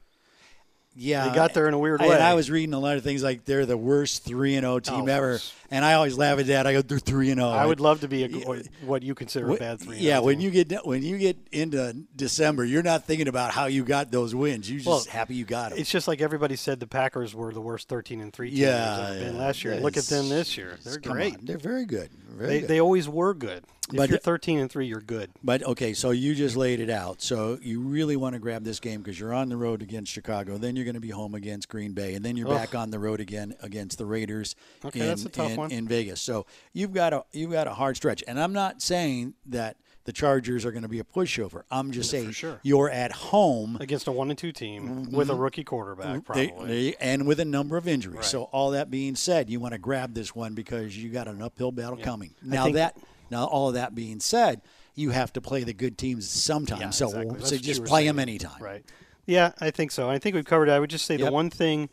Yeah, They got there in a weird I- and way. I was reading a lot of things like they're the worst three and zero team Oh, ever, s- and I always laugh at that. I go, they're three and zero. I would love to be a, g- what- what you consider a bad three. uh, oh Yeah, when you get do- when you get into December, you're not thinking about how you got those wins. You're just Well, happy you got them. It's just like everybody said the Packers were the worst 13 and 3 team Yeah, yeah, been yeah. last year. Look at It's- them this year. They're Come great. on, They're very good. Very They, good. they always were good. If But- you're 13 and three, you're good. But okay, so you just laid it out. So you really want to grab this game because you're on the road against Chicago, then you're going to be home against Green Bay, and then you're back on the road again against the Raiders Okay, in, that's a tough in, one. in Vegas. So you've got a you've got a hard stretch. And I'm not saying that the Chargers are going to be a pushover. I'm just saying sure. you're at home Against a one and two team with a rookie quarterback, Mm-hmm. they- probably. they- and with a number of injuries. So all that being said, you want to grab this one because you got an uphill battle coming. Now think- that now all of that being said, you have to play the good teams sometime. Yeah, so exactly. That's so what you just were play saying. them anytime. Right. Yeah, I think so. I think we've covered it. I would just say the Yep. one thing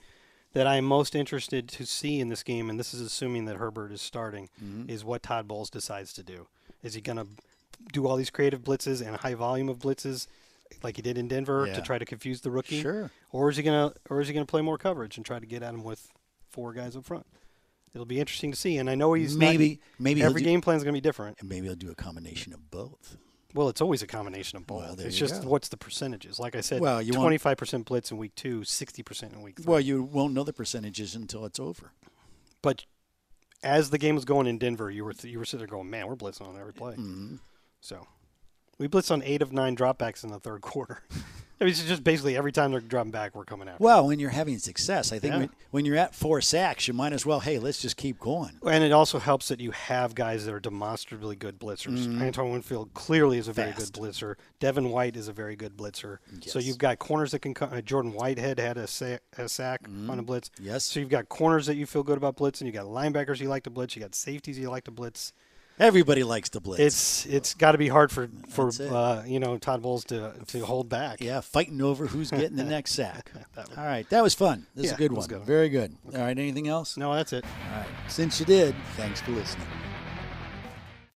that I'm most interested to see in this game, and this is assuming that Herbert is starting, Mm-hmm. is what Todd Bowles decides to do. Is he going to do all these creative blitzes and high volume of blitzes like he did in Denver Yeah. to try to confuse the rookie? Sure. Or is he going to or is he going to play more coverage and try to get at him with four guys up front? It'll be interesting to see. And I know he's not- Maybe- maybe he'll every do- game plan is going to be different. And maybe they'll do a combination of both. Well, it's always a combination of both. Well, there it's you just go. what's the percentages? Like I said, Well, you want- twenty five percent blitz in week two, 60 percent in week three. Well, you won't know the percentages until it's over. but as the game was going in Denver, you were th- you were sitting there going, "Man, we're blitzing on every play." Mm-hmm. So we blitzed on eight of nine dropbacks in the third [LAUGHS] quarter. I mean, it's just basically every time they're dropping back, we're coming out. Well, when you're having success, I think Yeah. when, when you're at four sacks, you might as well. Hey, let's just keep going. And it also helps that you have guys that are demonstrably good blitzers. Antoine Winfield clearly is a very Mm-hmm. Fast. good blitzer. Devin White is a very good blitzer. So you've got corners that can come. Uh, Jordan Whitehead had a, sa- a sack on a blitz. Mm-hmm. Yes. So you've got corners that you feel good about blitzing. You've got linebackers you like to blitz. you got safeties you like to blitz. Everybody likes to blitz. It's it's got to be hard for, for That's it. uh, you know Todd Bowles to, to hold back. Yeah, fighting over who's getting the next [LAUGHS] sack. All right, that was fun. This is Yeah, a good it was one. good. Very good. All right, anything else? No, that's it. All right. Since you did, thanks for listening.